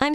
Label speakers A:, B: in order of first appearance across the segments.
A: I'm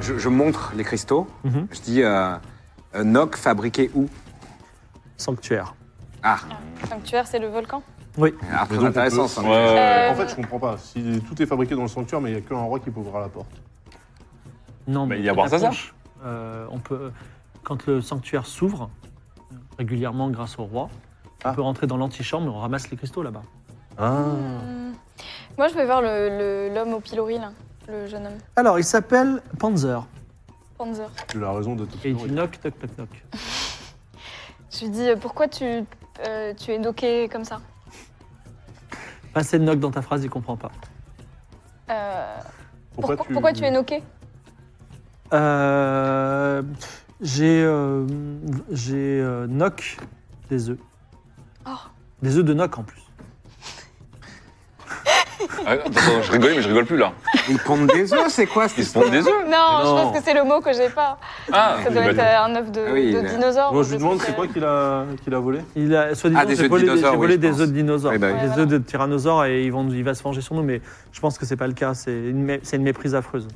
B: Je, je montre les cristaux. Je dis euh, euh, Nock fabriqué où
C: Sanctuaire.
B: Ah,
D: Sanctuaire, c'est le volcan
C: Oui.
B: ah,
E: Mais
B: très
E: donc, on
B: intéressant
E: peut-
B: ça.
E: Ouais, ouais, ouais.
D: Euh,
F: En fait, je comprends pas. Si tout est fabriqué dans le sanctuaire, mais il n'y a qu'un roi qui peut ouvrir la porte.
C: Non,
E: Mais il y a avoir
C: la
E: ça, ça.
C: planche, euh, on peut, quand le sanctuaire s'ouvre, euh, régulièrement grâce au roi, on
F: Ah.
C: peut rentrer dans l'antichambre et on ramasse les cristaux là-bas.
D: Hmm. Moi, je vais voir l'homme le, l'homme au pilori, là, le jeune homme.
C: Alors, il s'appelle Panzer.
D: Panzer.
F: Tu as raison d'être.
C: Et il dit knock, knock, knock, knock.
D: Je lui dis euh, pourquoi tu, euh, tu es doqué comme ça
C: Passez knock dans ta phrase, il comprend pas.
D: Euh, pourquoi, pourquoi tu es noqué
C: Euh, j'ai euh, j'ai euh, knock des œufs.
D: Oh.
C: Des œufs de knock en plus.
E: Ah, attends, attends, je rigolais, mais je rigole plus là.
B: Ils pondent des œufs, c'est quoi cette
E: Ils se
B: histoire
E: pondent des œufs.
C: non.
D: Non, je pense que c'est le mot que j'ai pas.
E: Ah,
D: Ça doit
E: bah,
D: être euh, un œuf de,
B: Ah oui,
D: de
B: il est-
D: dinosaure.
F: Moi,
D: ou
F: je
D: je
F: lui
D: sais
F: demande
D: pas.
F: c'est quoi qu'il a, qu'il a volé
C: Il a soi-disant
B: Ah, des
C: j'ai
B: œufs de
C: volé, des,
B: dinosaures,
C: j'ai
B: oui,
C: volé
B: je
C: des
B: pense.
C: œufs de dinosaures.
B: Oui, bah oui.
C: des
D: Ouais,
C: œufs de tyrannosaures et ils vont, il va se venger sur nous, mais je pense que c'est pas le cas. C'est une, mé- c'est une méprise affreuse.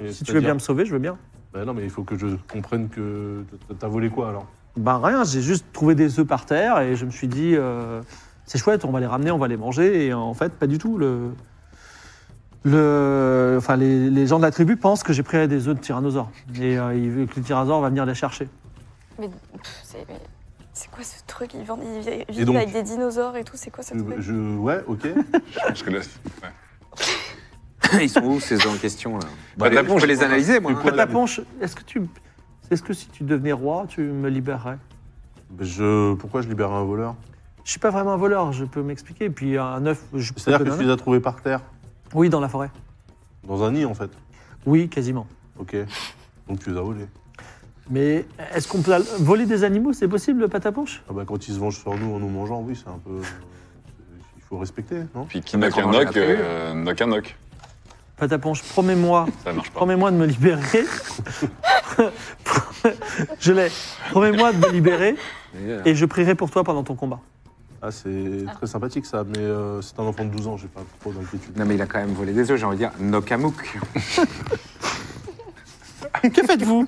F: Et
C: Si tu
F: c'est-à-dire-
C: veux bien me sauver, je veux bien.
F: Bah non, mais il faut que je comprenne que t- t'as volé quoi alors
C: Bah rien, j'ai juste trouvé des œufs par terre et je me suis dit euh, c'est chouette, on va les ramener, on va les manger et en fait pas du tout. Le, le, enfin les, les gens de la tribu pensent que j'ai pris des œufs de tyrannosaure et euh, ils veulent que le tyrannosaure va venir les chercher.
D: Mais pff, c'est mais c'est quoi ce truc Ils vendent- ils vi-
F: Et
D: vivent
F: donc
D: avec des dinosaures et tout, c'est quoi ce
F: je,
D: truc
F: je- Ouais, ok.
E: parce que là, ouais.
B: Ils sont où ces œufs en question là
E: Bah,
B: Je
E: t'as bon,
B: peux
E: j'ai
B: les
E: pas-
B: analyser moi.
F: Du
B: hein.
F: coup,
C: Pat la ponche, est-ce que tu est-ce que si tu devenais roi, tu me libérerais
F: Je, pourquoi je libère un voleur
C: Je suis pas vraiment un voleur, je peux m'expliquer. Puis un œuf, je peux
F: C'est-à-dire
C: te
F: que tu
C: donner
F: les
C: un
F: as trouvés par terre,
C: œuf. Oui, dans la forêt.
F: dans un nid en fait.
C: Oui, quasiment.
F: Ok. Donc tu les as volés.
C: Mais est-ce qu'on peut voler des animaux C'est possible, Pataponche
F: Ah bah, quand ils se vengent sur nous en nous mangeant, oui, c'est un peu. Il faut respecter, non
E: Puis qui knock un
B: Comment j'ai
E: knock,
B: appris
E: euh, knock un knock.
C: Pataponche, promets-moi,
E: Ça marche pas.
C: promets-moi de me libérer. je l'ai. Promets-moi de me libérer et je prierai pour toi pendant ton combat.
F: Ah, c'est très sympathique ça, mais euh, c'est un enfant de 12 ans, j'ai pas trop d'inquiétude.
B: Non mais il a quand même volé des œufs, j'ai envie de dire knock à mouk.
C: Que faites-vous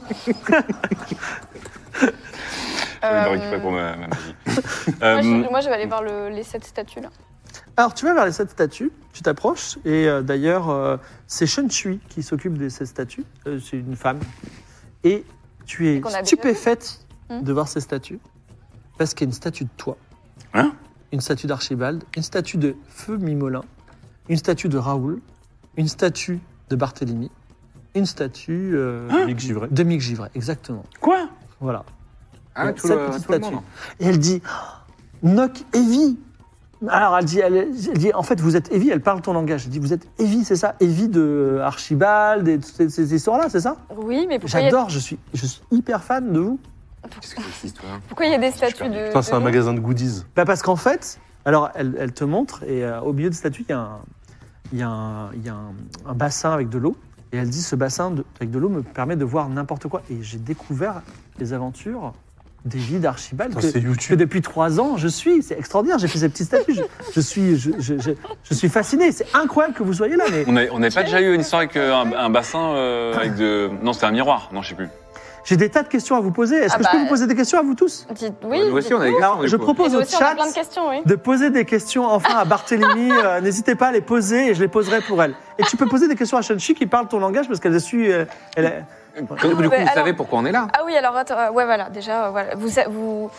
E: Je vais
D: Euh,
E: me récupérer pour ma, ma magie.
D: Moi, je-
E: Euh,
D: moi, je vais aller voir le- les sept statues là.
C: Alors, tu vas vers les sept statues, tu t'approches, et euh, d'ailleurs, euh, c'est Shen Shui qui s'occupe de ces statues. Euh, c'est une femme. Et tu es
D: qu'on a déjà
C: stupéfaite
D: Hmm.
C: de voir ces statues, parce qu'il y a une statue de toi.
E: Hein
C: Une statue d'Archibald, une statue de Feu Mimolin, une statue de Raoul, une statue de Barthélemy, une statue euh,
F: Hein Mick Givray.
C: de Mick Givray, exactement.
E: Quoi
C: Voilà.
B: Ah,
C: Ouais,
B: tout
C: cette
B: le,
C: petite
B: tout le
C: statue.
B: monde. hein.
C: Et elle dit Knock Evie. Alors elle dit, elle, elle dit en fait vous êtes Evie, elle parle ton langage. Elle dit vous êtes Evie, c'est ça Evie de Archibald et toutes ces, ces histoires-là, c'est ça
D: Oui, mais pourquoi il y, a-
C: J'adore, je suis, je suis hyper fan de vous.
B: Qu'est-ce que c'est que cette histoire
D: pourquoi il y a des statues de.
F: Putain, c'est un
D: de-
F: magasin de goodies.
C: Bah parce qu'en fait, alors elle, elle te montre et euh, au milieu de statue il y a un, il y a un, il y a un- un bassin avec de l'eau et elle dit ce bassin de- avec de l'eau me permet de voir n'importe quoi et j'ai découvert les aventures d'Evie d'Archibald.
F: Putain,
C: que-
F: c'est
C: que
F: YouTube.
C: depuis trois ans, je suis. C'est extraordinaire, j'ai fait ces petits statues. Je, je suis, je, je- je- je suis fasciné. C'est incroyable que vous soyez là. Mais
E: On n'avait on n'avait pas déjà eu une histoire avec euh, un, un bassin euh, avec de. Non, c'était un miroir. Non, je sais plus.
C: j'ai des tas de questions à vous poser. Est-ce
D: Ah
C: que je peux
D: bah,
C: vous poser des questions à vous tous
D: Dites-
B: Ouais,
D: Oui,
B: Nous aussi on a des questions,
C: Alors,
B: du
C: je
B: coup.
C: propose
D: nous
C: au
D: aussi, on a
C: chat
D: plein de questions, oui.
C: de poser des questions enfin à Barthélemy. Euh, N'hésitez pas à les poser et je les poserai pour elle. Et tu peux poser des questions à Shenchi qui parle ton langage parce qu'elle suit. euh, elle est-
B: Du coup,
D: Ouais,
B: vous savez
D: alors-
B: pourquoi on est là
D: Ah oui, alors attends, euh, ouais, voilà, déjà, euh, voilà. Vous, sa- vous...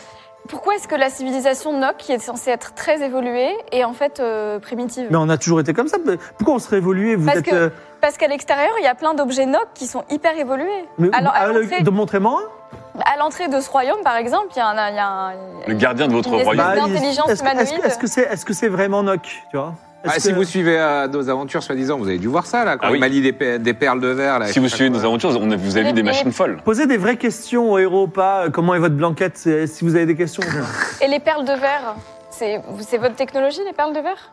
D: Pourquoi est-ce que la civilisation Nok, qui est censée être très évoluée, est en fait euh, primitive
C: Mais on a toujours été comme ça. Pourquoi on serait évolué Vous
D: Parce
C: êtes. euh,
D: que- Parce qu'à l'extérieur, il y a plein d'objets Nok qui sont hyper évolués.
C: mais-
D: alors, à
C: ah, le-
D: l'entrée-
C: de montrer moi
D: À l'entrée de ce royaume, par exemple, il y a un. il y a un-
E: Le gardien de votre
D: Une espèce
B: Oh,
E: royaume.
D: Bah, d'intelligence
C: est-ce, que- est-ce que-
D: humanoïde.
C: est-ce que c'est, est-ce que c'est vraiment Nock tu vois Est-ce
B: Ah, Si
C: que-
B: vous suivez euh, nos aventures, soi-disant, vous avez dû voir ça, là, quand
E: Ah oui.
B: il m'a dit des, pe- des perles de verre. Là,
E: Si vous suivez nos
B: aventures...
E: aventures, on a- vous avez vu des machines folles.
C: Posez des vraies questions aux héros, pas euh, comment est votre blanquette, c'est- si vous avez des questions.
D: Et les perles de verre c'est c'est votre technologie, les perles de verre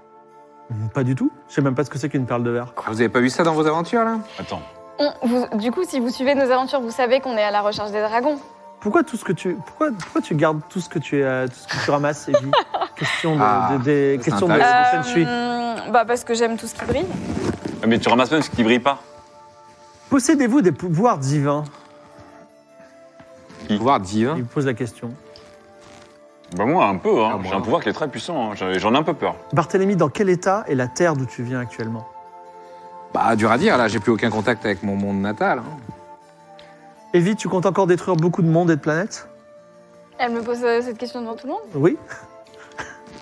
C: pas du tout. Je sais même pas ce que c'est qu'une perle de verre.
B: Vous avez pas vu ça dans vos aventures, là
E: Attends.
D: On- vous- Du coup, si vous suivez nos aventures, vous savez qu'on est à la recherche des dragons.
C: Pourquoi tout ce que tu, pourquoi, pourquoi tu gardes tout ce que tu, euh, tout ce que tu ramasses, Evie Question de,
B: Ah,
C: de- des
B: c'est
C: questions de, de
B: intéressant.
C: Sensui.
D: Euh, bah parce que j'aime tout ce qui brille.
E: Mais tu ramasses même ce qui brille pas.
C: Possédez-vous des pouvoirs divins
B: Pouvoir divin.
C: Il vous pose la question.
E: Bah moi un peu, hein.
B: Ah, moi.
E: j'ai un pouvoir qui est très puissant, hein. J'en- j'en ai un peu peur.
C: Barthélemy, dans quel état est la terre d'où tu viens actuellement
B: Bah, dur à dire, là, j'ai plus aucun contact avec mon monde natal. hein.
C: Evie, tu comptes encore détruire beaucoup de mondes et de planètes
D: Elle me pose euh, cette question devant tout le monde
C: Oui.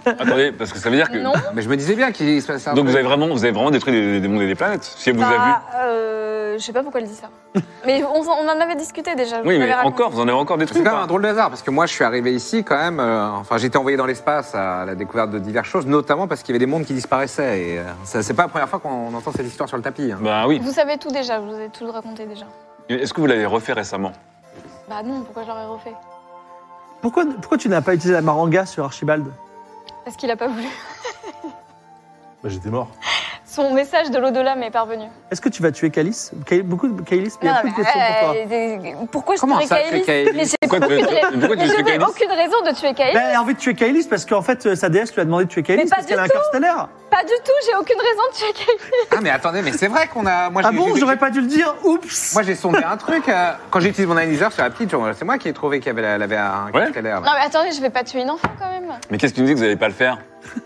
E: Attendez, parce que ça veut dire que...
D: Non.
B: Mais je me disais bien qu'il se passait un
E: Donc
B: truc.
E: vous avez vraiment, vous avez vraiment détruit des, des mondes et des planètes, si vous avez vu.
D: Bah, euh, je sais pas pourquoi elle dit ça. Mais on, s'en- on en avait discuté déjà. je
E: Oui,
D: vous
E: mais
D: l'avais raconté.
E: encore, vous en avez encore détruit.
B: C'est
E: ou
B: quand même
E: pas
B: un drôle de hasard, parce que moi je suis arrivé ici quand même, euh, enfin j'ai été envoyé dans l'espace à la découverte de diverses choses, notamment parce qu'il y avait des mondes qui disparaissaient. Et euh, ça- c'est pas la première fois qu'on entend cette histoire sur le tapis. hein.
E: Bah oui.
D: Vous savez tout déjà, je vous ai tout raconté déjà.
E: Est-ce que vous l'avez refait récemment
D: Bah non, pourquoi je l'aurais refait
C: Pourquoi, pourquoi tu n'as pas utilisé la maranga sur Archibald
D: Parce qu'il a pas voulu.
F: Bah, J'étais mort.
D: Son message de l'au-delà m'est parvenu.
C: Est-ce que tu vas tuer Calice Ca- Beaucoup de Calice, mais il y a beaucoup de questions pour toi.
D: pour toi. Pourquoi je
B: Comment
D: tuerais
B: ça, tuer
D: Kaelis
B: Kaelis
D: Mais j'ai
E: Pourquoi tu-
D: aucune ra-
E: pourquoi tu
D: mais
E: tues
D: je n'ai
E: Kaelis
D: aucune raison de tuer Kaelis.
C: Ben, elle a envie de tuer Kailis parce qu'en fait, euh, sa déesse lui a demandé de tuer Kailis
D: Eh Mais pas
C: parce qu'elle
D: du
C: a un cœur stellaire.
D: Pas du tout, j'ai aucune raison de tuer Kaelis.
B: Ah mais attendez, mais c'est vrai qu'on a... Moi,
C: Ah
B: j'ai-
C: bon,
B: j'ai-
C: j'aurais pas dû le dire. Oups.
B: Moi j'ai sondé un truc, euh, quand j'ai utilisé mon analyseur sur la petite, genre, c'est moi qui ai trouvé qu'il y avait, la- elle avait un
E: Ouais.
B: scalaire.
D: Non mais attendez, je vais pas tuer une enfant quand même.
E: Mais qu'est-ce qui nous dit que vous n'allez pas le faire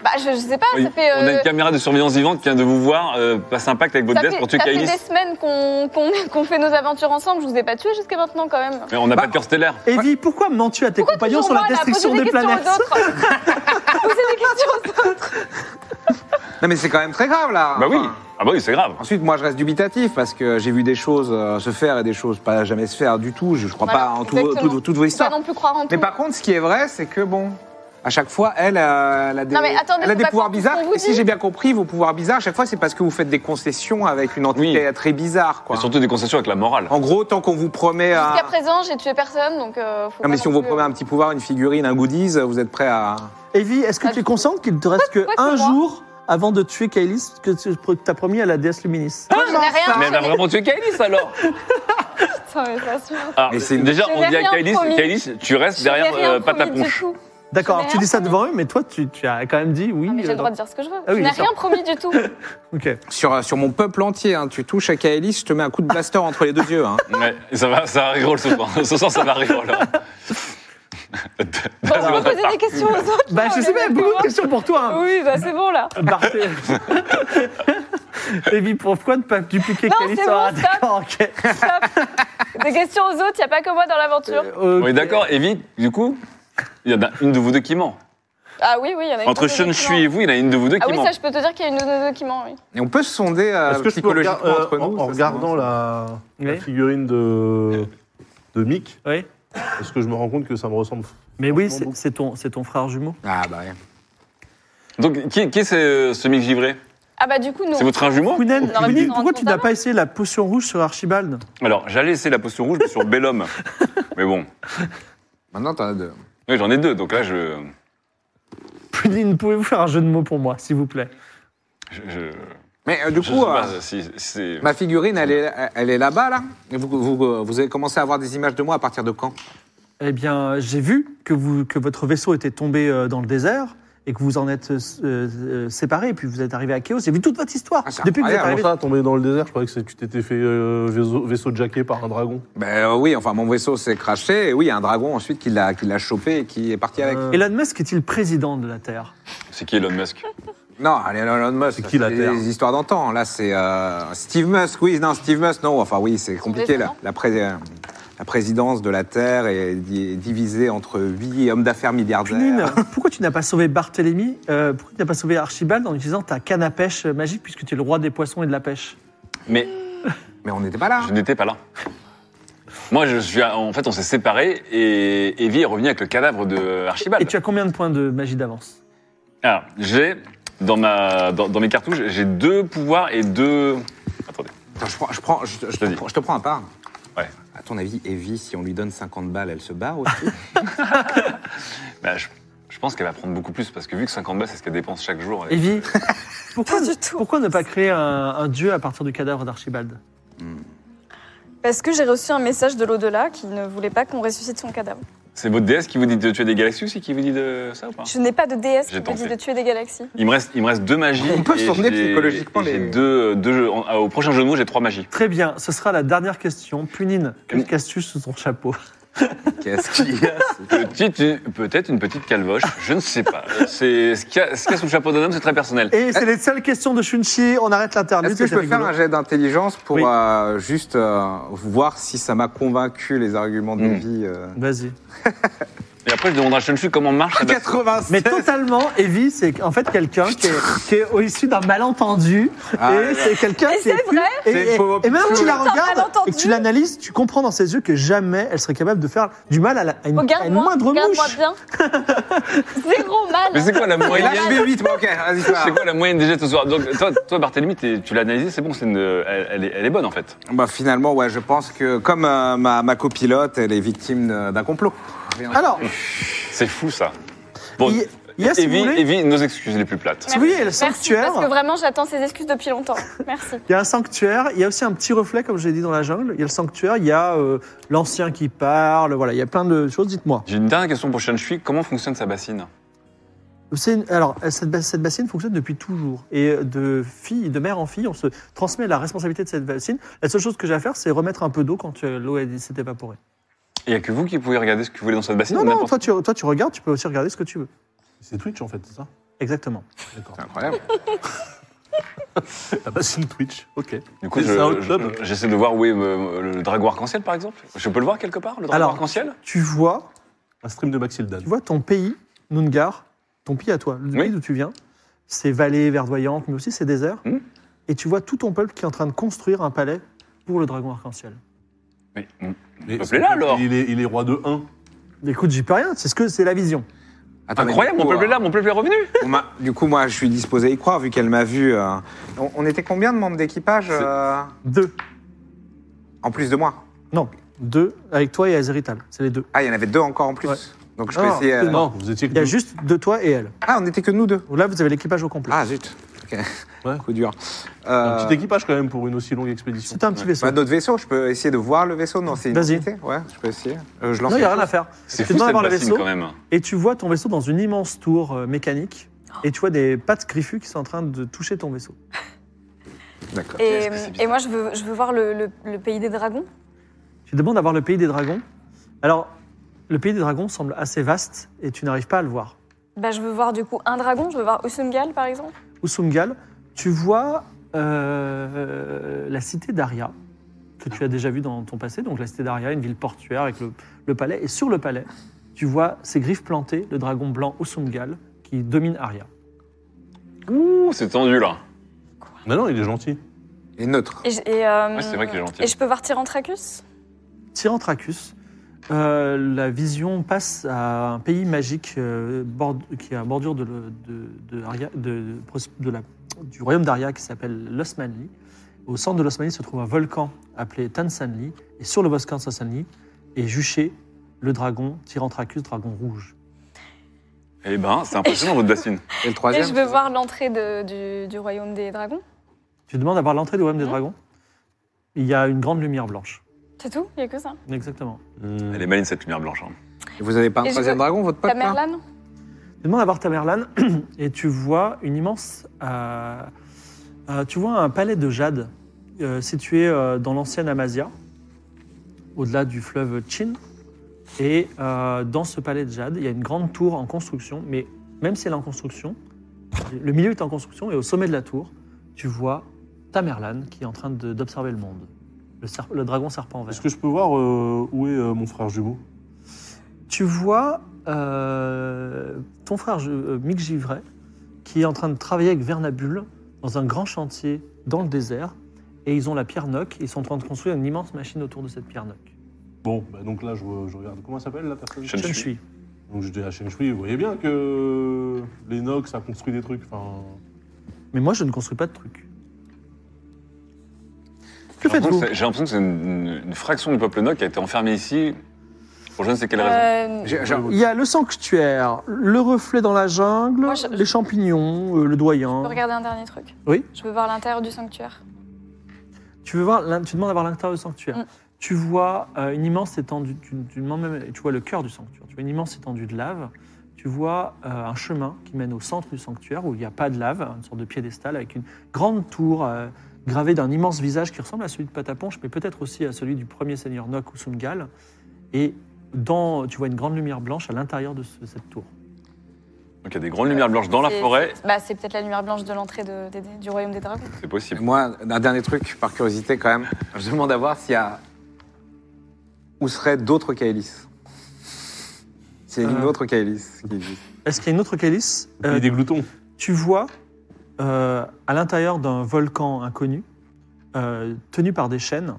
D: Bah je, je sais pas,
E: Oui,
D: ça fait...
E: On a
D: euh,
E: une caméra de surveillance vivante qui vient de vous voir euh, passer un pacte avec votre
D: ça
E: veste
D: fait,
E: pour tuer
D: ça fait
E: Kailis.
D: des semaines qu'on qu'on- qu'on fait nos aventures ensemble, je vous ai pas tué jusqu'à maintenant quand même.
E: Mais on n'a pas de cœur stellaire.
C: Evie, pourquoi mens-tu à tes compagnons
D: Toujours
C: sur la
D: moi, là, à poser
C: destruction des,
D: questions
C: planètes
D: aux autres. Poser des questions aux autres.
B: Non mais c'est quand même très grave là.
E: Bah oui.
B: Enfin,
E: Ah bah oui, c'est grave.
B: Ensuite, moi, je reste dubitatif parce que j'ai vu des choses euh, se faire et des choses pas jamais se faire du tout. Je, je crois
D: Voilà,
B: pas en tout-
D: exactement.
B: tout- toutes vos
D: Faut Pas
B: histoires.
D: Bah, non plus croire en tout.
B: Mais par contre, ce qui est vrai, c'est que bon, à chaque fois, elle, euh, elle a des,
D: Non, mais attendez,
B: elle a
D: faut
B: des
D: pas
B: pouvoirs
D: croire tout ce
B: bizarres.
D: qu'on vous
B: Et si
D: dit.
B: j'ai bien compris, vos pouvoirs bizarres, à chaque fois, c'est parce que vous faites des concessions avec une entité
E: Oui.
B: très bizarre, quoi.
E: Et surtout des concessions avec la morale.
B: En gros, tant qu'on vous promet un...
D: Jusqu'à présent, j'ai tué personne, donc euh,
B: euh,
D: faut
B: Non, mais
D: pas
B: si on vous
D: plus-
B: promet un petit pouvoir, une figurine, un goodies, vous êtes prêt à...
C: Evie, est-ce que
D: Ah,
C: tu es consciente qu'il te reste que
D: pourquoi
C: un
D: c'est moi
C: jour avant de tuer Kailis que tu as promis à la déesse Luminis
D: Moi, je n'ai rien
E: Mais bah, elle a vraiment tué Kailis alors
D: Putain, mais ça se voit.
E: Alors,
B: Mais c'est-
E: Déjà,
D: Je
E: on
D: n'ai
E: dit à
D: rien
E: Kailis,
D: promis.
E: Kailis, tu restes
D: Je
E: derrière
D: n'ai rien
E: euh, pâte à
D: promis du
E: ponche.
D: tout.
C: D'accord,
D: Je n'ai
C: tu
D: rien
C: dis ça
D: promis.
C: devant eux, mais toi, tu, tu as quand même dit oui.
D: Non, mais j'ai
C: euh,
D: le droit
C: dans-
D: de dire ce que je veux.
C: Ah oui,
D: je n'ai
C: d'accord.
D: rien promis du tout.
C: Ok.
B: Sur, euh, sur mon peuple entier, hein, tu touches à Kaelis, je te mets un coup de blaster entre les deux yeux. Hein.
E: Ouais, ça va, ça rigole ce soir. ce soir, ça va rigoler.
D: Bon, on va poser des questions aux autres.
C: Bah,
D: là,
C: je
D: on
C: sais
D: est
C: pas,
D: d'accord.
C: beaucoup de questions pour toi. hein.
D: Oui, bah c'est bon là.
C: Barthé- Evie, pourquoi ne pas dupliquer
D: Non,
C: Kailis
D: c'est
C: sur
D: bon,
C: un-
D: stop.
C: D'accord, ok.
D: Des questions aux autres, il n'y a pas que moi dans l'aventure.
C: Euh,
E: On est
C: ok.
E: d'accord, Evie, du coup, il y en a une de vous deux qui ment.
D: Ah oui, oui, il y en a une.
E: Entre
D: qui ment.
E: Shun Shui et vous, il y en a une de vous deux qui
D: Ah oui,
E: ment.
D: ça, je peux te dire qu'il y a une autre qui ment, oui.
B: Et on peut se sonder euh,
F: Est-ce que je peux
B: psychologiquement
F: regarder, euh,
B: entre nous
F: en,
B: ça,
F: en
B: c'est
F: regardant
B: marrant, ça.
F: la, la
C: Oui.
F: figurine de, de Mick,
C: Oui.
F: est-ce que je me rends compte que ça me ressemble
C: Mais oui,
F: Franchement,
C: c'est- c'est ton, c'est ton frère jumeau.
B: Ah bah ouais.
E: Donc, qui, qui est ce, ce Mick Givré
D: Ah bah du coup, nous.
E: C'est votre un jumeau
C: Kounen,
D: On aurait
C: Kounen,
D: pu se
C: pourquoi
D: rendre
C: tu
D: compte
C: n'as
D: avant.
C: pas essayé la potion rouge sur Archibald
E: Alors, j'allais essayer la potion rouge mais sur Bellhomme. Mais bon,
B: Maintenant, t'en as deux.
E: oui, j'en ai deux, donc là, je.
C: Poudine, pouvez-vous faire un jeu de mots pour moi, s'il vous plaît
E: je, je-
B: Mais euh, du
E: je
B: coup...
E: sais
B: euh,
C: hein.
E: pas si, si c'est-
B: Ma figurine, elle est, elle est là-bas, là. Et Vous, vous, vous avez commencé à avoir des images de moi à partir de quand
C: Eh bien, j'ai vu que, vous, que votre vaisseau était tombé euh, dans le désert et que vous en êtes euh, euh, séparés, et puis vous êtes arrivés à Chaos. J'ai vu toute votre histoire
B: Ah, c'est
C: depuis que vous êtes
B: incroyable,
F: Comment
C: arrivés.
F: ça, tomber dans le désert Je croyais que c'est- tu t'étais fait euh, vaisseau, vaisseau jacké par un dragon.
B: Ben euh, oui, enfin, mon vaisseau s'est craché. Et oui, il y a un dragon ensuite qui l'a qui l'a chopé et qui est parti avec.
F: Euh,
C: Elon Musk est-il président de la Terre
E: C'est qui Elon Musk
B: Non, allez, Elon Musk.
F: C'est qui, la
B: des
F: Terre
B: des histoires d'antan. Là, c'est euh, Steve Musk. Oui, non, Steve Musk, non. Enfin, oui, c'est compliqué. La,
D: descendant
B: la, pré- euh, la présidence de la Terre est, di- est divisée entre vie et hommes d'affaires milliardaires.
C: Poudine, euh, pourquoi tu n'as pas sauvé Barthélemy euh, Pourquoi tu n'as pas sauvé Archibald en utilisant ta canne à pêche magique puisque tu es le roi des poissons et de la pêche
E: Mais
B: Mais on n'était pas là. hein.
E: je n'étais pas là. Moi, je suis, en fait, on s'est séparés et Evie est revenue avec le cadavre de Archibald.
C: Et tu as combien de points de magie d'avance
E: Alors, j'ai dans ma dans, dans mes cartouches, j'ai deux pouvoirs et deux. Attendez.
B: Attends, je, prends- je prends- je te- je te
E: Vas-y.
B: prends- je te prends à part.
E: Ouais.
B: À ton avis, Evie, si on lui donne 50 balles, elle se barre aussi
E: Bah, je, je pense qu'elle va prendre beaucoup plus parce que vu que 50 balles, c'est ce qu'elle dépense chaque jour. elle-
C: Evie, pourquoi,
D: Pas
C: ne-
D: du tout.
C: pourquoi ne pas créer un, un dieu à partir du cadavre d'Archibald
D: Parce que j'ai reçu un message de l'au-delà qui ne voulait pas qu'on ressuscite son cadavre.
E: C'est votre déesse qui vous dit de tuer des galaxies aussi qui vous dit de ça ou pas
D: Je n'ai pas de déesse
E: J'ai
D: qui me dit
E: tenté.
D: de tuer des
C: Ah,
D: galaxies.
E: il me, reste, il me reste deux magies.
B: On peut
E: et
B: tourner
E: j'ai-
B: psychologiquement
E: et j'ai
B: les-
E: Deux, deux jeux- en- ah, au prochain jeu de mots, j'ai trois magies.
C: Très bien, ce sera la dernière question. Punine, que
E: Mm.
C: casses-tu sous ton chapeau
B: Qu'est-ce qu'il y a ce-
E: Petite- Peut-être une petite calvoche, je ne sais pas. C'est ce qu'il y, a- ce qu'il y a sous le chapeau d'un homme, c'est très personnel.
C: Et c'est les seules questions de Shunchi, on arrête l'interview.
B: Est-ce que je peux faire un jet d'intelligence pour
C: Oui.
B: euh, juste euh, voir si ça m'a convaincu les arguments de
E: Mm.
B: vie euh.
C: Vas-y.
E: Et après, je demanderai à Shunfu comment marche la base.
B: 96
C: Mais totalement, Evie, c'est en fait quelqu'un qui est, qui est au issu d'un malentendu.
B: Ah,
C: et
B: là, là.
C: c'est quelqu'un
D: Et
C: qui est.
D: c'est
C: plus-
D: vrai
C: et,
B: C'est
C: et-
B: une pauvre
C: et même
B: petite
C: tu la
D: chose. Un
C: regardes
D: malentendu.
C: et que tu l'analyses, tu comprends dans ses yeux que jamais elle serait capable de faire du mal à, la- à une, à une
D: Regarde-moi,
C: moindre
D: regarde-moi
C: mouche.
D: bien. Zéro mal. hein.
E: Mais c'est quoi la
B: Et là, je
E: moyenne
B: vais vite, moi, ok, vas-y, ça va.
E: C'est quoi la moyenne déjà ce soir Donc, toi, toi Barthélemy, t'es- tu l'as analysé, c'est bon, c'est une- elle, elle est, elle est bonne en fait.
B: Bah, Finalement, ouais, je pense que comme euh, ma, ma copilote, elle est victime euh, d'un complot.
C: Alors,
E: C'est fou ça. Bon,
C: il il y a si vous
E: Evie,
C: voulez-
E: Evie, nos excuses les plus plates.
C: Si vous voulez, il y a le
D: Merci,
C: sanctuaire.
D: parce que vraiment, j'attends ces excuses depuis longtemps. Merci.
C: Il y a un sanctuaire, il y a aussi un petit reflet, comme je l'ai dit, dans la jungle. Il y a le sanctuaire, il y a euh, l'ancien qui parle, voilà, il y a plein de choses, dites-moi.
E: J'ai une dernière question pour Shunfu, comment fonctionne sa bassine
C: C'est une- Alors, cette, ba- cette bassine fonctionne depuis toujours. Et euh, de fille, de mère en fille, on se transmet la responsabilité de cette bassine. La seule chose que j'ai à faire, c'est remettre un peu d'eau quand euh, l'eau elle s'est évaporée.
E: Il n'y a que vous qui pouvez regarder ce que vous voulez dans cette bassine
C: Non,
E: ou
C: non,
E: n'importe-
C: toi tu, toi tu regardes, tu peux aussi regarder ce que tu veux.
F: C'est Twitch en fait, c'est ça
C: Exactement.
F: D'accord.
B: C'est incroyable.
F: La bassine Ah bah, Twitch, ok.
E: Du coup,
F: C'est un hot
E: je-
F: tub.
E: je- j'essaie de voir où est euh, le dragon arc-en-ciel par exemple. Je peux le voir quelque part, le dragon
C: Alors-
E: arc-en-ciel
C: Tu vois,
F: Un stream de Maxildan.
C: tu vois ton pays, Nungar, ton pays à toi, le
E: Oui.
C: pays d'où tu viens, ces vallées verdoyantes, mais aussi ces déserts.
E: Hmm.
C: Et tu vois tout ton peuple qui est en train de construire un palais pour le dragon arc-en-ciel.
E: Mais
F: Mais
E: peuple est là, alors.
F: Il est, il est roi de 1.
C: Écoute, j'y peux rien, c'est ce que c'est la vision.
B: Attends, mais
E: incroyable,
B: du
E: mon
B: coup,
E: peuple est là, mon peuple est revenu
B: euh, on m'a- Du coup, moi, je suis disposé à y croire, vu qu'elle m'a vu. euh, On, on était combien de membres d'équipage euh,
C: Deux.
B: En plus de moi
C: Non, deux avec toi et Azerital. C'est les deux.
B: Ah, il y en avait deux encore en plus.
C: Ouais.
B: Donc je peux
C: Non,
B: essayer. euh,
C: c'est bon.
F: Non, vous étiez que
C: Il y a
E: Hmm.
F: deux.
C: juste de toi et elle.
B: Ah, on n'était que nous deux.
C: Donc Là, vous avez l'équipage au complet.
B: Ah, zut. Ok.
F: Ouais.
B: Coup dur.
F: Un
B: Euh,
F: petit équipage quand même pour une aussi longue expédition.
C: C'est un petit vaisseau.
B: bah, notre vaisseau, je peux essayer de voir le vaisseau Non, c'est une
C: Vas-y.
B: entité Ouais, je peux essayer. Euh, je lance.
C: non, il n'y a
B: le
C: rien à faire.
E: C'est
C: Tu
E: fou
C: dois
E: cette
C: avoir le
E: bassine
C: vaisseau.
E: quand même.
C: Et tu vois ton vaisseau dans une immense tour euh, mécanique. Et tu vois des pattes griffues qui sont en train de toucher ton vaisseau.
B: vaisseau. D'accord.
D: Et,
E: Qu'est-ce que c'est bizarre.
D: et moi, je veux, je veux voir le, le- le pays des dragons.
C: Tu demandes d'avoir le pays des dragons. Alors, le pays des dragons semble assez vaste et tu n'arrives pas à le voir.
D: Bah, je veux voir du coup un dragon. Je veux voir Usungal, par exemple.
C: Usungal, tu vois euh, la cité d'Aria, que tu as déjà vue dans ton passé. Donc la cité d'Aria, une ville portuaire avec le, le palais. Et sur le palais, tu vois ses griffes plantées, le dragon blanc Usungal qui domine Aria.
E: Ouh, c'est tendu là.
F: Mais non, il est gentil.
B: Et neutre.
D: Et, je- et, euh,
E: Ouais, c'est vrai qu'il est gentil.
D: Et je peux voir Tyrantracus
C: Tyrantracus, euh, la vision passe à un pays magique euh, bord- qui est à bordure de, le- de- de Aria- de- de pros- de la- du royaume d'Aria qui s'appelle l'Osmanli. Au centre de l'Osmanli se trouve un volcan appelé Tansanli, et sur le volcan Tansanli est juché le dragon Tyrantracus, dragon rouge.
E: Eh ben, c'est impressionnant votre bassine.
B: Et le
D: Et
B: troisième
D: je veux voir l'entrée de- du, du royaume des dragons.
C: Tu demandes d'avoir l'entrée du royaume des
D: Mhm.
C: dragons Il y a une grande lumière blanche.
D: C'est tout Il n'y a que ça.
C: Exactement.
F: Hmm.
E: Elle est maligne cette lumière blanche. hein.
B: Vous avez pas
D: Et
B: un
D: je
B: troisième
D: veux-
B: dragon, votre pote là
D: Tamerlan
C: Tu demandes à voir Tamerlan et tu vois une immense. euh, euh, tu vois un palais de jade euh, situé euh, dans l'ancienne Amazia, au-delà du fleuve Chin. Et euh, dans ce palais de jade, il y a une grande tour en construction, mais même si elle est en construction, le milieu est en construction et au sommet de la tour, tu vois Tamerlan qui est en train de- d'observer le monde, le, serp- le dragon serpent vert.
F: Est-ce que je peux voir euh, où est euh, mon frère jumeau
C: tu vois euh, ton frère euh, Mick Givray qui est en train de travailler avec Vernabule dans un grand chantier dans le désert et ils ont la pierre NOC et ils sont en train de construire une immense machine autour de cette pierre NOC.
F: Bon, bah donc là, je, re- je regarde. Comment s'appelle la personne
E: Shen
C: Je ne
E: Shui.
C: suis.
F: Donc je dis à Shen Shui, vous voyez bien que l'Enox a construit des trucs. Enfin,
C: Mais moi, je ne construis pas de trucs. Que
E: J'ai l'impression
C: faites-vous
E: que c'est- j'ai l'impression que c'est une, une- une fraction du peuple Noc qui a été enfermée ici pour je ne sais quelle raison.
D: Euh,
B: J'ai- j'ai-
C: Il y a le sanctuaire, le reflet dans la jungle,
D: Moi, je-
C: les champignons, euh, le
D: je peux
C: doyen.
D: regarder un dernier truc.
C: Oui.
D: Je veux voir l'intérieur du sanctuaire.
C: Tu veux voir, l'in- tu demandes à voir l'intérieur du sanctuaire.
D: Mm.
C: Tu vois euh, une immense étendue, tu, tu demandes même, et tu vois le cœur du sanctuaire. Tu vois une immense étendue de lave. Tu vois euh, un chemin qui mène au centre du sanctuaire où il n'y a pas de lave, une sorte de piédestal avec une grande tour euh, gravée d'un immense visage qui ressemble à celui de Pataponche, mais peut-être aussi à celui du premier seigneur Nok ou Sungal. Et dans, tu vois une grande lumière blanche à l'intérieur de ce- cette tour.
E: Donc il y a des grandes lumières blanches dans la
D: C'est-
E: forêt,
D: c'est- Bah, c'est peut-être la lumière blanche de l'entrée de- des- des- du royaume des dragons.
E: c'est possible.
B: Moi, un dernier truc, par curiosité quand même. Je demande à voir s'il y a. Où seraient d'autres Kaelis S'il y a une
C: Euh.
B: autre Kaelis qui existe.
C: Est-ce qu'il y a une autre calice euh,
F: il y a des gloutons.
C: tu vois euh, à l'intérieur d'un volcan inconnu, euh, tenu par des chaînes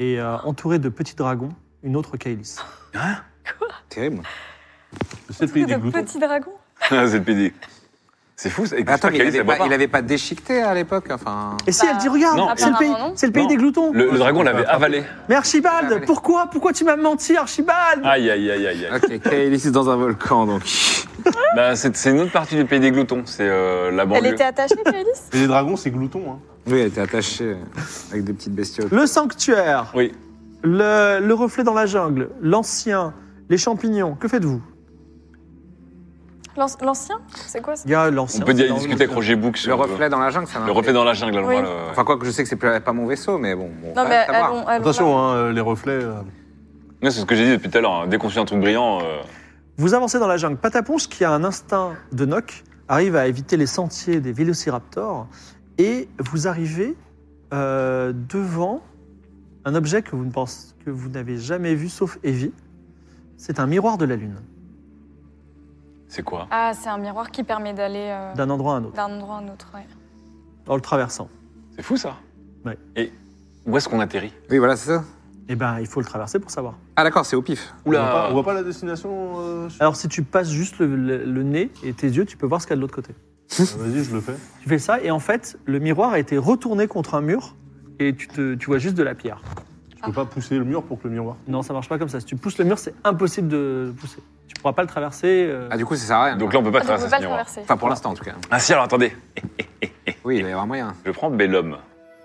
C: et euh, entouré de petits dragons, une autre Kaelis.
D: Ah,
B: Terrible.
F: C'est le
D: Truc
F: pays
D: de
F: des gloutons.
D: petit dragon.
E: Ah, ZPD. C'est fou, c'est
B: Mais attends, mais il
E: Calice,
B: avait,
E: elle voit
B: pas,
E: pas.
B: il avait pas déchiqueté à l'époque enfin...
C: Et si elle dit regarde,
E: Non,
C: c'est le pays,
D: apparemment bah, non.
C: c'est le pays
E: Non.
C: des gloutons.
E: Le, le dragon l'avait avalé.
C: Mais Archibald,
B: Avalé.
C: pourquoi, pourquoi tu m'as menti, Archibald
E: Aïe, aïe, aïe, aïe. aïe.
B: Ok, Kaelis dans un volcan donc.
E: Bah, c'est c'est une autre partie du pays des gloutons, c'est euh, la
D: Ah. Elle
E: banlieue.
D: était attachée, Kaelis
F: Et les dragons, c'est gloutons. Hein.
B: Oui, elle était attachée avec des petites bestioles.
C: Le sanctuaire,
E: Oui.
C: le, le reflet dans la jungle, l'ancien, les champignons. Que faites-vous
D: L'an- L'ancien C'est quoi ça
C: Il y a l'ancien.
E: On peut
C: c'est
E: y
C: dans
E: discuter avec
C: le-
E: Roger Books.
B: Le reflet dans la jungle, ça m'a-
E: Le reflet dans la jungle, là,
D: Oui.
E: le voit, le-
B: Enfin, quoi que je sais que c'est plus- pas mon vaisseau, mais bon. on
D: Non,
B: va
D: mais
B: savoir.
D: allons, allons là.
F: Attention, hein, euh, les reflets. euh,
E: Non, c'est ce que j'ai dit depuis tout à l'heure. hein. Dès qu'on suit un truc brillant, euh,
C: Vous avancez dans la jungle. Pataponche, qui a un instinct de noc, arrive à éviter les sentiers des vélociraptors et vous arrivez euh, devant un objet que vous ne pensez que vous n'avez jamais vu sauf Evie. C'est un miroir de la lune,
E: c'est quoi
D: Ah, c'est un miroir qui permet d'aller euh,
C: d'un endroit à un autre,
D: d'un endroit à un autre.
E: Bah,
D: ouais. Ah,
C: en le traversant.
E: C'est fou, ça
C: Ouais.
E: Et où est-ce qu'on atterrit
B: Oui, voilà, c'est ça.
C: Eh ben, il faut le traverser pour savoir.
B: Ah, d'accord, c'est au pif.
F: on, voit pas,
E: Oula
F: on voit pas la destination euh, je-
C: Alors, si tu passes juste le, le- le nez et tes yeux, tu peux voir ce qu'il y a de l'autre côté.
F: Ah, Vas-y, je le fais.
C: Tu fais ça et en fait, le miroir a été retourné contre un mur et tu, te- tu vois juste de la pierre.
F: Je peux pas pousser le mur pour que le miroir.
C: Non, ça marche pas comme ça. Si tu pousses le mur, c'est impossible de pousser. Tu pourras pas le traverser. euh.
B: Ah, du coup, ça sert à rien.
E: Donc là, on peut pas
D: Ah, donc on
E: traverser
D: peut
E: ce
D: pas le
E: miroir.
D: traverser.
B: Enfin, pour l'instant, en tout cas.
E: Ah si, alors attendez,
B: Oui, il va y avoir moyen.
E: je prends Bellhomme,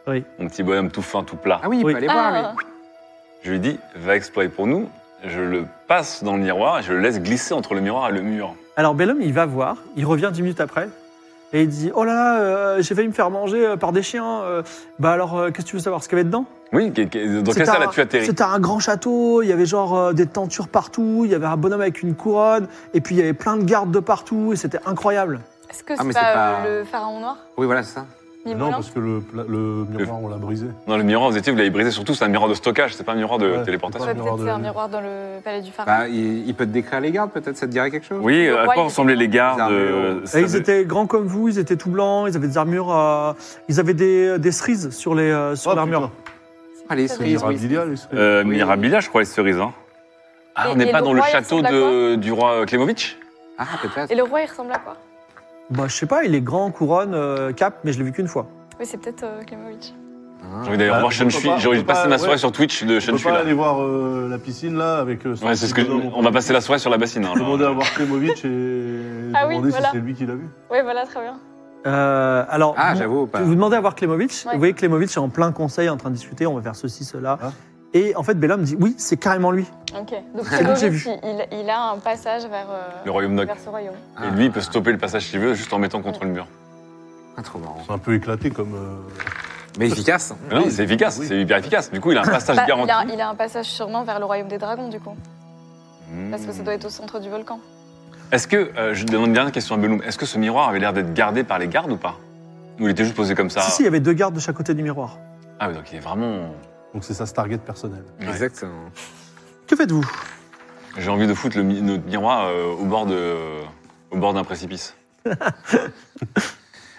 C: Oui.
E: mon petit bonhomme tout fin, tout plat.
B: Ah oui, il
C: Oui.
B: peut aller voir, lui.
D: Ah,
E: Je lui dis, va explorer pour nous. Je le passe dans le miroir et je le laisse glisser entre le miroir et le mur.
C: Alors Bellum, il va voir. Il revient dix minutes après et il dit Oh là là, euh, j'ai failli me faire manger euh, par des chiens. euh, bah alors, euh, qu'est-ce que tu veux savoir Ce qu'il y avait dedans
E: Oui, qu'est- qu'est- dans quelle
C: C'était
E: salle
C: un-
E: as-tu atterri
C: C'était un grand château. Il y avait genre euh, des tentures partout. Il y avait un bonhomme avec une couronne. Et puis il y avait plein de gardes de partout. Et c'était incroyable.
D: Est-ce que
B: Ah, mais
D: c'est pas,
B: c'est pas-
D: euh, le pharaon noir
B: Oui, voilà, c'est ça.
F: non,
D: Nibelin
F: parce que le, pla- le miroir, on l'a brisé.
E: Dans le miroir, vous étiez, vous l'avez brisé. Surtout, c'est un miroir de stockage, c'est pas un miroir de
F: Ouais.
E: téléportation.
D: Ouais,
F: un miroir
D: peut-être
F: de
D: c'est un
F: la
D: miroir dans le palais du pharaon.
B: Bah, il, il peut te décrire les gardes, peut-être, ça te dirait quelque chose
E: Oui, euh,
D: Le
E: à
D: roi,
E: quoi
D: il-
E: ressemblaient les gardes
B: Bizarre, mais
E: euh,
B: on-
E: ça
C: Et ils
E: devait-
C: étaient grands comme vous. Ils étaient tout blancs. Ils avaient des armures. euh, ils avaient des, des cerises sur les euh, sur
F: Oh,
C: l'armure.
E: Bah,
B: Ah, les
D: Ça
F: Il
B: cerises,
D: devait-
F: y aura
B: oui.
F: Bilia, lui, c'est-
E: Euh,
B: Oui.
E: Mirabilia, je crois, les cerises. hein. Ah,
D: Et-
E: on
D: et
E: n'est pas
D: le
E: dans le
D: roi, il
E: château
D: ressemble à
E: de, du roi Klemovic
B: Ah, peut-être.
D: Et le roi, il ressemble à quoi
C: Bah je sais pas. Il est grand, couronne, euh, cap, mais je l'ai vu qu'une fois.
D: Oui, c'est peut-être euh, Klemovic.
B: Ah.
E: J'ai envie d'aller
F: Bah,
E: revoir
F: on
E: Shen
F: peut
E: Shui.
F: pas-
E: J'ai envie
F: on
E: de
F: peut
E: passer
F: pas-
E: ma soirée
F: ouais.
E: sur Twitch de
F: On
E: Shen
F: peut
E: Shui.
F: pas
E: là.
F: aller voir euh, la piscine là avec. euh, son
E: Ouais, c'est ce que
F: petit
E: je-
F: bonhomme.
E: On va passer la soirée sur la bassine. hein, là.
F: Demander à voir Klemovic et
D: Ah oui,
F: demander
D: voilà.
F: si c'est lui qui l'a vu.
D: Oui, voilà, très bien.
C: Euh, alors,
B: Ah,
C: vous-
B: j'avoue, pas.
C: vous demandez à voir Klemovic.
D: Ouais.
C: Vous voyez Klemovic est en plein conseil, en train de discuter. On va faire ceci, cela.
F: Ah.
C: Et en fait, Bellum dit oui, c'est carrément lui.
D: Ok. Donc
C: que j'ai
D: Klemovic,
C: vu.
D: il, il- il a un passage vers, euh,
E: Le royaume d'Oc.
D: vers ce royaume.
F: Ah.
E: Et lui, il peut stopper le passage s'il veut juste en mettant contre le mur.
B: Ah, trop marrant.
F: C'est un peu éclaté comme. euh,
B: Mais efficace. hein.
E: Mais Non, c'est efficace,
F: Oui.
E: c'est hyper efficace. Du coup, il a un passage
D: Bah, il,
E: garanti.
D: a, il a un passage sûrement vers le royaume des dragons, du coup.
E: Hmm.
D: Parce que ça doit être au centre du volcan.
E: Est-ce que, euh, je demande une dernière question à Belloum, est-ce que ce miroir avait l'air d'être gardé par les gardes ou pas Ou il était juste posé comme ça
C: Si, si, il y avait deux gardes de chaque côté du miroir.
E: Ah oui, donc il est vraiment.
F: Donc c'est sa Stargate personnelle.
E: Ouais.
B: Exactement.
C: Que faites-vous
E: J'ai envie de foutre le mi- notre miroir euh, au bord de. Au bord d'un précipice.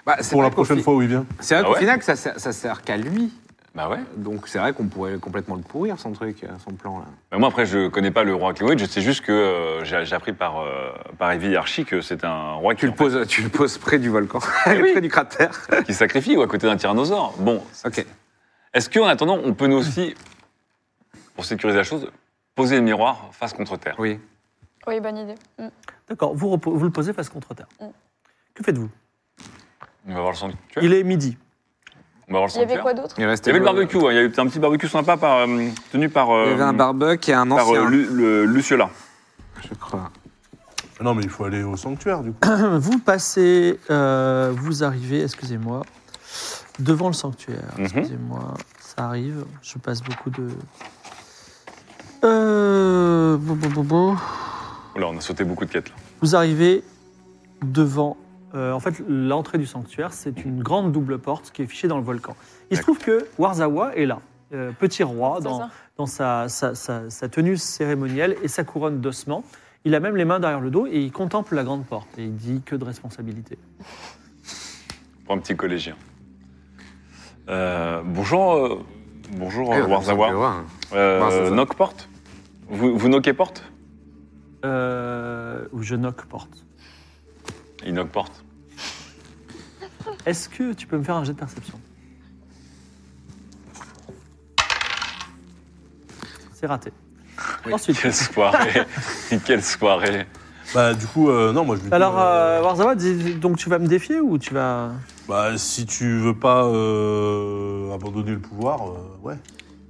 B: Bah, c'est
F: Pour la
B: vrai qu'au
F: prochaine
B: fi-
F: fois où il vient.
B: Bah, C'est vrai
E: Ah
B: qu'au
E: ouais
B: final, que ça, sert- ça sert qu'à lui.
E: Bah ouais.
B: Donc c'est vrai qu'on pourrait complètement le pourrir, son truc, euh, son plan. Là.
E: Bah moi, après, je connais pas le roi Cléonide, je sais juste que euh, j'ai j'ai appris par, euh, par Evie Archie que c'est un roi qui,
B: Tu, le
E: en fait,
B: poses, tu le poses près du volcan,
E: Ah
B: près du cratère.
E: qui sacrifie ou à côté d'un tyrannosaure. Bon,
B: Ok.
E: est-ce qu'en attendant, on peut nous aussi, pour sécuriser la chose, poser le miroir face contre terre
B: Oui.
D: Oui, bonne idée. Mm.
C: D'accord, vous, repo- vous le posez face contre terre.
D: Mm.
C: Que faites-vous
E: On va voir le sanctuaire.
C: Il est midi.
E: On va voir le
D: Il y avait
E: sanctuaire.
D: quoi d'autre
B: Il, euh,
E: Il y avait le barbecue, hein, il y avait un petit barbecue sympa par, euh, tenu par,
B: Il y
E: euh,
B: avait un barbecue et un
E: par
B: ancien,
E: euh, Lu- le- Luciola.
B: je crois.
F: Non, mais il faut aller au sanctuaire, du coup.
C: Vous passez, euh, vous arrivez, excusez-moi, devant le sanctuaire.
B: Hmm
E: Mhm.
C: Excusez-moi, ça arrive. Je passe beaucoup de. Euh, bon, bon, bon, bon.
E: Oh là, on a sauté beaucoup de quêtes. Là.
C: Vous arrivez devant. euh, en fait, l'entrée du sanctuaire, c'est une grande double porte qui est fichée dans le volcan. Il se
E: D'accord.
C: trouve que Warzawa est là, euh, petit roi,
D: C'est
C: dans,
D: ça.
C: dans sa, sa- sa- sa tenue cérémonielle et sa couronne d'ossement. Il a même les mains derrière le dos et il contemple la grande porte. Et il dit que de responsabilité.
E: Pour un petit collégien. Euh, bonjour, euh, bonjour
B: Eh,
E: euh,
B: on va
E: Warzawa.
B: voir, hein.
E: Euh,
B: Warzawa.
E: knock porte vous, vous knockez porte
C: Euh, ou je knock porte.
E: Il knock porte.
C: Est-ce que tu peux me faire un jet de perception C'est raté. Ensuite.
E: Quelle soirée Quelle soirée
F: Bah, du coup, euh, non, moi je lui dis,
C: Alors,
F: euh,
C: euh, Warzawa, dis- donc tu vas me défier ou tu vas.
F: Bah, si tu veux pas euh, abandonner le pouvoir, euh, ouais.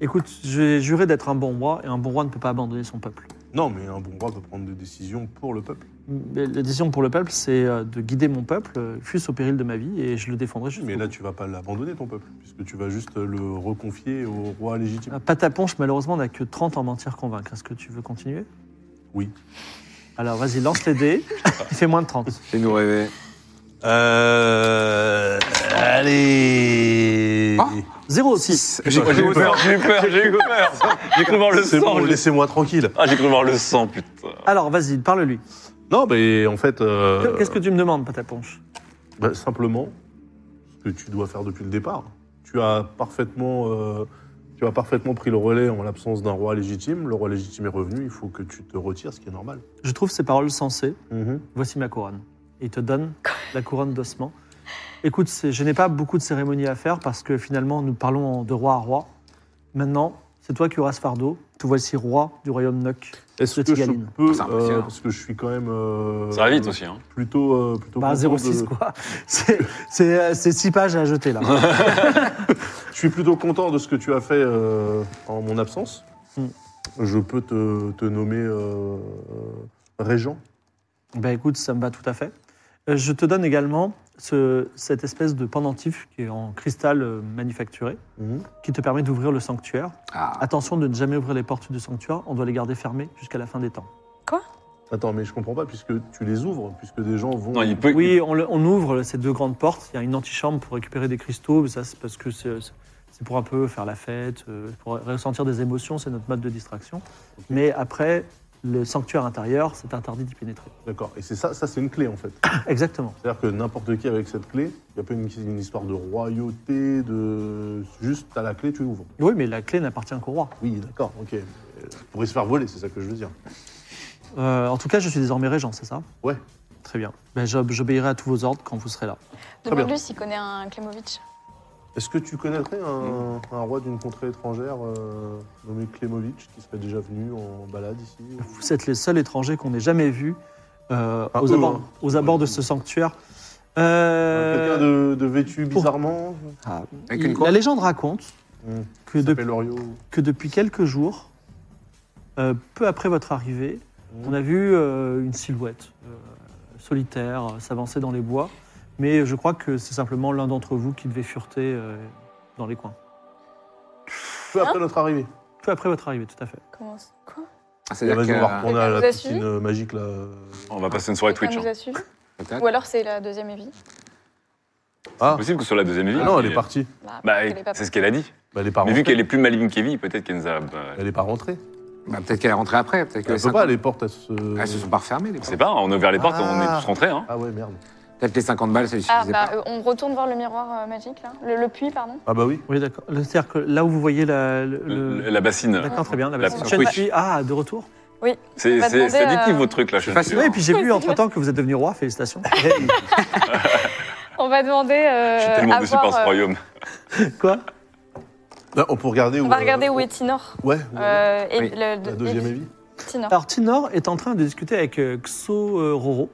C: Écoute, j'ai juré d'être un bon roi et un bon roi ne peut pas abandonner son peuple.
F: Non, mais un bon roi peut prendre des décisions pour le peuple.
C: Mais La décision pour le peuple, c'est euh, de guider mon peuple, euh, fût-ce au péril de ma vie, et je le défendrai juste.
F: Mais là, tu vas pas l'abandonner, ton peuple, puisque tu vas juste le reconfier au roi légitime.
C: Euh, Pataponche, malheureusement, n'a que 30 en mentir convaincre. Est-ce que tu veux continuer
F: Oui.
C: Alors, vas-y, lance les dés. Il fait moins de 30.
B: Fais-nous rêver.
F: Euh. Allez
B: Ah
C: 06.
B: J'ai
E: Oh, J'ai eu peur, j'ai eu peur, j'ai eu peur J'ai cru voir le
F: C'est
E: sang
F: bon,
E: j'ai-
F: laissez-moi tranquille.
E: Ah, j'ai cru voir le sang, putain
C: Alors, vas-y, parle-lui.
F: Non, mais en fait. euh,
C: Qu'est-ce que tu me demandes, Pataponche
F: bah, Simplement, ce que tu dois faire depuis le départ. Tu as parfaitement. euh, Tu as parfaitement pris le relais en l'absence d'un roi légitime. Le roi légitime est revenu, il faut que tu te retires, ce qui est normal.
C: Je trouve ces paroles sensées. Voici ma couronne. Et il te donne la couronne d'ossement. Écoute, c'est- je n'ai pas beaucoup de cérémonies à faire parce que finalement, nous parlons en- de roi à roi. Maintenant, c'est toi qui auras ce fardeau. Te voici roi du royaume Bah, Nok.
F: Est-ce
C: De
F: que je
C: Tigaline.
F: peux.
B: C'est
F: euh,
B: impressionnant.
F: parce que je suis quand même. euh,
E: Ça va vite aussi, hein
F: Plutôt. euh, plutôt
C: Bah,
F: content de-
C: 06, quoi. C'est- C'est euh, c'est six pages à jeter, là.
F: Je suis plutôt content de ce que tu as fait euh, en mon absence.
C: Hmm.
F: Je peux te, te nommer euh, régent.
C: Ben écoute, ça me va tout à fait. Euh, Je te donne également ce- cette espèce de pendentif qui est en cristal euh, manufacturé, qui te permet d'ouvrir le sanctuaire.
B: Ah,
C: Attention de ne jamais ouvrir les portes du sanctuaire, on doit les garder fermées jusqu'à la fin des temps.
F: Attends, mais je comprends pas puisque tu les ouvres, puisque des gens vont.
E: Non, il peut...
C: Oui, on, le- on ouvre ces deux grandes portes, il y a une antichambre pour récupérer des cristaux, mais ça c'est parce que c'est c'est pour un peu faire la fête, euh, pour ressentir des émotions, c'est notre mode de distraction. Mais après, le sanctuaire intérieur, c'est interdit d'y pénétrer.
F: D'accord. Et c'est ça, ça c'est une clé en fait.
C: Exactement.
F: C'est-à-dire que n'importe qui avec cette clé, il n'y a pas une, une histoire de royauté, de juste t'as la clé, tu l'ouvres.
C: Oui, mais la clé n'appartient qu'au roi.
F: Oui, d'accord, ok. Euh, Pour se faire voler, c'est ça que je veux dire.
C: Euh, en tout cas, je suis désormais régent, c'est ça
F: Ouais.
C: Très bien. Ben, j'ob- J'obéirai à tous vos ordres quand vous serez là.
F: bien.
D: Demande-lui s'il connaît un Klemovic.
F: Est-ce que tu connaîtrais
C: Mm.
F: un, un roi d'une contrée étrangère euh, nommé Klemovic qui serait déjà venu en balade ici
C: Vous êtes les seuls étrangers qu'on ait jamais vus euh,
F: Ah,
C: aux,
F: eux,
C: abords,
F: hein.
C: aux abords de ce sanctuaire. Euh,
F: Quelqu'un de, de vêtu
C: pour- Mm.
F: bizarrement
C: ah,
B: Avec
C: il-
B: une quoi
C: la légende raconte
F: Mmh.
C: que, de-
F: s'appelle Loriot.
C: que depuis quelques jours, euh, peu après votre arrivée,
F: Mmh.
C: on a vu euh, une silhouette euh, solitaire euh, s'avancer dans les bois. Mais je crois que c'est simplement l'un d'entre vous qui devait fureter euh, dans les coins.
F: Peu après notre arrivée.
C: Peu après votre arrivée, tout à fait.
D: Comment ça- Quoi
E: Ah,
F: Vas-y,
B: c'est-à-dire
F: on va
B: que.
F: retourner à la
D: Vous avez
F: piscine
D: suivi
F: euh, magique là.
E: On va passer une soirée
D: Quelqu'un
E: Twitch.
D: nous
E: hein.
D: a suivis
B: Peut-être.
D: Ou alors c'est la deuxième vie.
E: C'est possible que ce soit la deuxième vie.
F: Ah non, elle
E: mais-
F: est partie.
D: Bah,
E: Bah,
D: elle est pas-
E: c'est ce qu'elle a dit.
F: Bah, elle est pas
E: Mais vu
F: rentrée.
E: qu'elle est plus maligne qu'Evie, peut-être qu'elle nous a... bah,
F: Elle est pas rentrée.
B: Bah, peut-être qu'elle est rentrée après. Peut-être que
F: Elle
B: les
F: peut
B: cinq-
F: pas, les portes elles se.
B: Ah, Elles se sont pas refermées, les
E: On sait
B: portes.
E: pas, on a ouvert les portes,
F: Ah.
E: on est tous rentrés. Hein.
F: Ah ouais, merde.
B: Peut-être les 50 balles, ça lui
D: Ah,
B: suffisait
D: bah,
B: pas.
D: euh, on retourne voir le miroir euh, magique, là. Le, le puits, pardon.
F: Ah bah oui.
C: Oui, d'accord. Le- C'est-à-dire que là où vous voyez la, le- le-
E: La bassine.
C: D'accord, très bien. La,
E: La
C: bassine.
E: petite
C: Chaîne
E: couiche.
C: puis- ah, de retour.
D: Oui.
E: C'est
D: On va
E: c'est- c'est
D: demander,
E: addictif
D: euh,
E: votre truc là, je suis
B: facile.
E: sûr.
C: Oui, et puis j'ai vu entre-temps que vous êtes devenu roi, félicitations.
D: On va demander. euh,
E: Je suis tellement
D: à
E: déçu
D: voir,
E: par ce
D: euh,
E: royaume.
C: Quoi
F: Là, on peut regarder où.
D: On va
F: euh,
D: regarder où est Tinor.
F: Ouais, ouais,
D: Euh, et
B: Oui,
D: le,
F: la
D: de-
F: deuxième
D: et-
F: avis.
D: Tinor.
C: Alors Tinor est en train de discuter avec euh, Xo euh, Roro.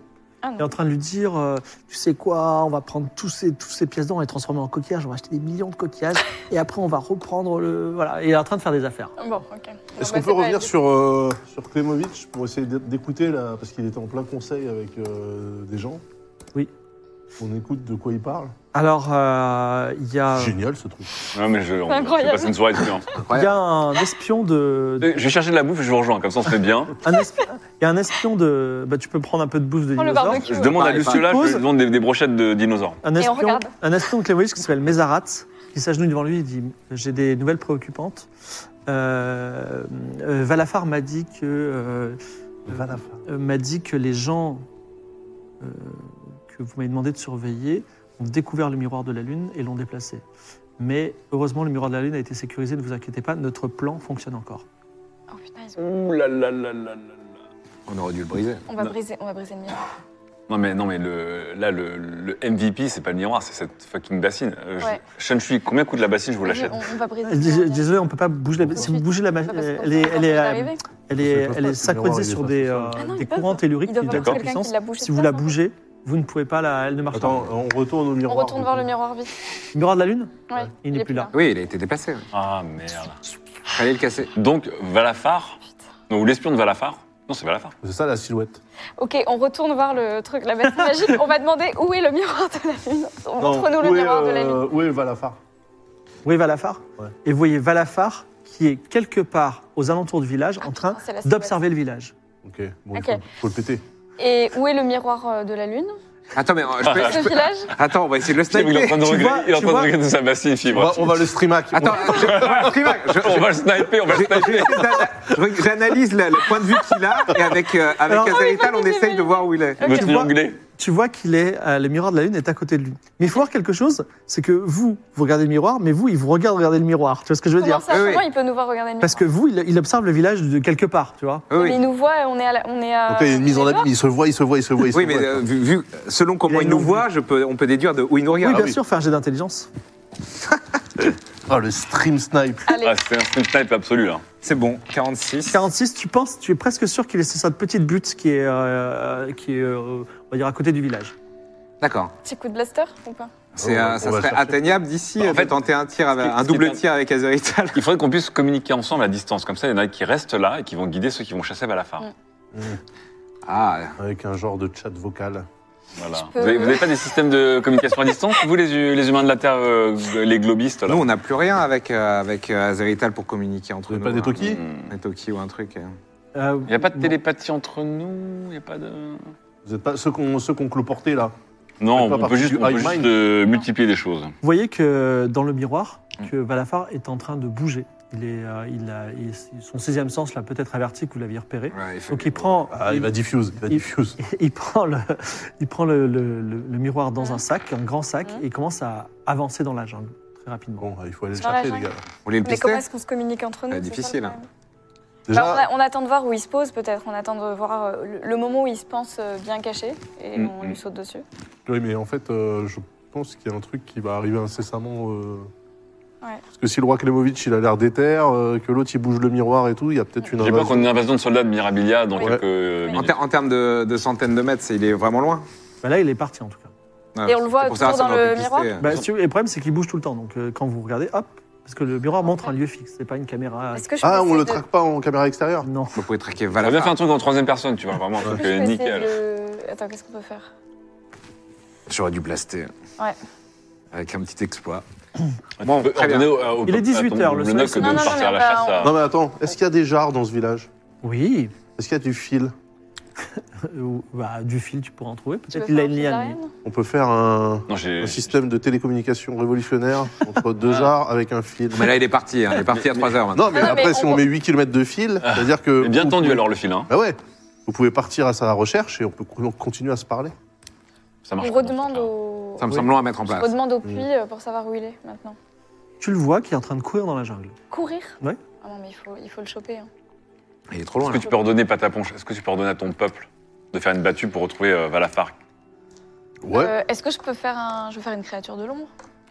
D: Ah
C: Il est en
D: non.
C: train de lui dire, euh, tu sais quoi, on va prendre tous ces, tous ces pièces d'or et les transformer en coquillages, on va acheter des millions de coquillages, et après on va reprendre le... Voilà, il est en train de faire des affaires.
D: Bon, ok.
F: Est-ce
D: Bon, bah,
F: qu'on
D: c'est
F: peut
D: pas
F: revenir
D: évident.
F: sur, euh, sur Klemovic pour essayer d'é- d'écouter, là, parce qu'il était en plein conseil avec euh, des gens
C: Oui.
F: On écoute de quoi il parle.
C: Alors, euh, il y a...
F: Génial ce truc.
E: Non, mais je, on, je vais
D: Incroyable.
E: passer une soirée hein. différente.
C: Il y a un espion de...
E: Euh, Je vais chercher de la bouffe et je vous rejoins, comme ça on se fait bien.
C: un espion- il y a un espion de... Bah, tu peux prendre un peu de bouffe de
D: Prends le
C: dinosaure.
D: barbecue.
E: Je demande à
C: bah,
B: Pareil,
E: Luciola, je
C: pareil.
E: lui demande des, des brochettes de dinosaures.
C: Un
D: Et on
C: espion,
D: regarde.
C: un espion de Clémoïs qui s'appelle Mézarat, qui s'agenouille devant lui et dit « J'ai des nouvelles préoccupantes. Euh, euh, Valafar m'a dit que... euh,
F: Valafar.
C: euh, m'a dit que les gens euh, que vous m'avez demandé de surveiller ont découvert le miroir de la Lune et l'ont déplacé. Mais heureusement, le miroir de la Lune a été sécurisé, ne vous inquiétez pas, notre plan fonctionne encore.
D: Oh putain, ils ont-
E: Ouh là là là là là là.
B: On aurait dû le briser.
D: on, va
E: Non.
D: briser, on va briser le miroir.
E: Non mais, non mais le, là, le, le MVP, c'est pas le miroir, c'est cette fucking bassine. Euh, je-
D: Ouais.
E: Shen Shui, combien coûte la bassine Je vous l'achète.
D: On, on va briser
C: Euh,
D: le
C: dés-
D: miroir.
C: Désolé, on peut pas bouger la... Si vous bougez la
D: On va
C: machine,
D: pas se
C: elle est, elle
D: concentrer,
C: est,
D: on va
C: euh,
D: arriver.
C: elle
F: Ça
C: est,
F: se passe
C: elle
F: pas,
C: est
F: c'est le miroir,
C: synchronisée
F: il est
C: sur
F: face
C: des,
F: au sol.
C: euh,
D: Ah non,
C: des
D: ils peuvent.
C: courants telluriques
D: Ils
C: qui
D: doivent
C: lui donnent
D: avoir
C: sa
E: D'accord.
D: quelqu'un
C: puissance.
D: qui la bouge.
C: Si vous la bougez, vous ne pouvez pas la... Elle ne marche
F: Attends,
C: pas.
F: on retourne au
D: On
F: miroir.
D: retourne voir le miroir vite.
C: Le miroir de la Lune
D: Ouais,
C: Il n'est
D: est
C: plus là.
B: Oui, il a été déplacé. oui.
E: Ah merde.
B: Fallait le casser.
E: Donc Valafar, non, ou l'espion de Valafar. Non, c'est Valafar.
F: C'est ça la silhouette.
D: Ok, on retourne voir le truc, la bassine magique. On va demander où est le miroir de la lune. Montre-nous le
F: où est,
D: miroir de la
F: euh,
D: lune.
F: Où est Valafar
C: Oui, Valafar.
F: Ouais.
C: Et vous voyez Valafar qui est quelque part aux alentours du village en train
D: Ah, putain, c'est la silhouette.
C: d'observer le village.
F: Ok, bon, il
D: Ok.
F: Faut, faut le péter.
D: Et où est le miroir euh, de la lune
B: Attends, mais euh, je peux-
D: Ce
B: je peux-
D: village
B: Attends, on va essayer de le
E: Il est en
B: sniper.
E: train de
C: Tu vois-
E: regretter, il est en
C: tu
E: train de
C: vois-
E: regretter sa bassine
F: On
E: fibre.
F: va, on va le streamac.
B: Attends, je- voilà, Primac, je-
E: On va le sniper, on va le
B: j'ai- j'ai-
E: sniper.
B: j'ai- J'analyse le, le point de vue qu'il a et avec, euh, avec
C: Alors-
B: Azalital,
D: Oh, il
B: on
D: faut
B: essaye
D: nous
B: de voir où il est.
E: Le
C: Tu
E: film
C: vois-
E: anglais.
C: tu vois qu'il est, euh, le miroir de la lune est à côté de lui. Mais il faut voir quelque chose, c'est que vous, vous regardez le miroir, mais vous, il vous regarde regarder le miroir. Tu vois ce que je veux
D: Comment
C: dire
D: ça
B: Oui, oui.
D: Comment il peut nous voir regarder le miroir
C: Parce que vous, il, il observe le village de quelque part, tu vois.
B: Oui,
D: Mais
B: oui.
D: il nous voit, on est à. la- on est à
F: Donc là, il y a une mise en
D: on est
F: abîme, il se voit, il se voit, il se voit. il se
B: Oui, mais
F: voit.
B: euh, vu, vu- selon
C: Il
B: comment
C: a
B: il
C: une
B: nous
C: longue
B: voit, je peux, on peut déduire de Ah où il nous
C: oui,
B: regarde.
C: bien
F: Ah oui.
C: sûr, faire un jet d'intelligence.
F: Ah, le stream snipe.
D: dehors. Allez,
E: Ah, c'est un stream snipe absolu là.
B: C'est bon, 46.
C: 46, tu penses, tu es presque sûr qu'il est sur cette petite butte qui est, euh, qui est euh, on va dire, à côté du village.
B: D'accord.
D: petit coup de blaster ou pas
B: C'est,
F: Ah,
B: euh,
F: on
B: ça
F: va
B: serait
F: chercher.
B: atteignable d'ici euh,
E: Bah, en
B: de
E: fait,
B: tenter un tir, avec-
E: qui-
B: un
E: ce qui est
B: double
E: un-
B: tir avec Azerital.
E: Il faudrait qu'on puisse communiquer ensemble à distance. Comme ça, il y en a qui restent là et qui vont guider ceux qui vont chasser Valafar.
D: Mm.
B: Ah,
F: Avec un genre de chat vocal.
E: Voilà.
D: peux-
E: Vous avez- vous n'avez pas des systèmes de communication à distance, vous, les, hu- les humains de la Terre, euh, les globistes là
B: nous, on n'a plus rien avec, euh, avec euh, Azerital pour communiquer entre
F: Vous
B: nous.
F: avez pas des
B: hein.
F: Toki
E: Mm.
B: Des Toki ou un truc. euh.
C: Euh,
E: Il n'y a pas de
C: non.
E: télépathie entre nous Il n'y a pas de.
F: Vous êtes pas ceux qu'on ceux qu'on cloportait là
E: Non,
F: Faites pas
E: on peut
F: partie
E: juste,
F: du
E: on peut
F: hive
E: juste,
F: mind.
E: euh, multiplier les choses.
C: Vous voyez que euh, dans le miroir,
E: Mm.
C: que Valafar est en train de bouger. Il est, euh, il a, il- son sixième sens l'a peut-être averti que vous l'aviez repéré.
B: Ouais, il fait-
C: Donc il prend,
F: Ah, il va diffuse, il va
C: Il-
F: diffuse.
C: il prend le, il prend le, le- le- le miroir dans un sac, un grand sac, et il commence à avancer dans la jungle très rapidement.
F: Bon, il faut aller le
D: Sur la
F: chercher, les
D: jungle.
F: gars.
B: Vous voulez le
D: Mais comment
B: pister
D: est-ce qu'on se communique entre nous
B: Bah,
D: c'est ça le
B: difficile,
D: problème. Bah,
F: Déjà,
D: on, a- on attend de voir où il se pose peut-être, on attend de voir euh, le, le moment où il se pense euh, bien caché et
E: Mm,
D: on
E: mm.
D: lui saute dessus.
F: oui, mais en fait, euh, je pense qu'il y a un truc qui va arriver incessamment. euh,
D: Ouais.
F: Parce que si le roi Klemovic, il a l'air déter, euh, que l'autre, il bouge le miroir et tout, il y a peut-être une
E: J'ai pas qu'on ait
F: invasion.
E: une invasion de soldats de Mirabilia dans
D: Oui.
E: quelques euh,
B: en,
E: minutes.
B: ter- en termes de, de centaines de mètres, c'est- il est vraiment loin.
C: Bah là, il est parti en tout cas.
B: Ah,
D: Et on le voit
B: c'est pour ça,
D: toujours
B: ça, on
D: dans
B: aurait
D: le
B: pu
D: miroir
B: pister.
C: Bah, si tu veux, et le problème, c'est qu'il bouge tout le temps. Donc euh, quand vous regardez, hop, parce que le miroir montre un lieu fixe, c'est pas une caméra.
D: Est-ce que je peux
F: Ah, on
D: essayer
F: le
D: de-
F: traque pas en caméra extérieure
C: Non.
B: Vous pouvez traquer
E: On va bien faire un
B: Valafar.
E: truc en troisième personne, tu vois, vraiment un truc
D: est-ce que je
E: euh,
D: peux essayer
E: nickel.
D: de- Attends, qu'est-ce qu'on peut faire
B: J'aurais dû blaster.
D: Ouais.
B: Avec un petit exploit.
E: Bon,
B: très bien.
C: Il est 18 heures, le soleil se
E: de
D: lève.
E: partir à la
D: Non, non,
E: chasse
D: mais
E: à-
F: Non, mais attends, est-ce qu'il y a des jarres dans ce village
C: Oui,
F: Est-ce qu'il y a du fil
C: Euh, bah, du fil, tu pourras en trouver.
D: Tu veux
C: Peut-être il a
D: faire
C: une
D: une
C: liane.
D: césarienne
F: On peut faire un,
E: Non, j'ai.
F: un système de télécommunication révolutionnaire entre deux
E: Ah.
F: jarres avec un fil.
B: Mais là, il est parti. hein, Il est parti à 3 heures maintenant.
F: Non, mais
D: Non, non,
F: après,
D: mais
F: si
D: on-
F: on, met 8 km de fil, c'est-à-dire que.
E: Mais Ah. bien
F: vous
E: tendu
F: pouvez-
E: alors le fil, hein.
F: Bah ouais, vous pouvez partir à sa recherche et on peut con- continuer à se parler.
E: Ça marche
D: On
E: pas dans ce
D: redemande
E: truc-là.
D: au...
B: Ça me
C: Oui.
B: semble long à mettre en
D: on
B: place.
D: redemande au puits euh, pour savoir où il est maintenant.
C: Tu le vois qui est en train de courir dans la jungle.
D: Courir
C: Ouais.
D: Ah non, mais il faut, il faut le choper. hein.
B: Il est trop loin.
E: Est-ce que
B: là.
E: tu peux ordonner, Pataponche, est-ce que tu peux ordonner à ton peuple de faire une battue pour retrouver euh, Valafark
F: Ouais,
D: Euh, Est-ce que je peux faire un... Je veux faire une créature de l'ombre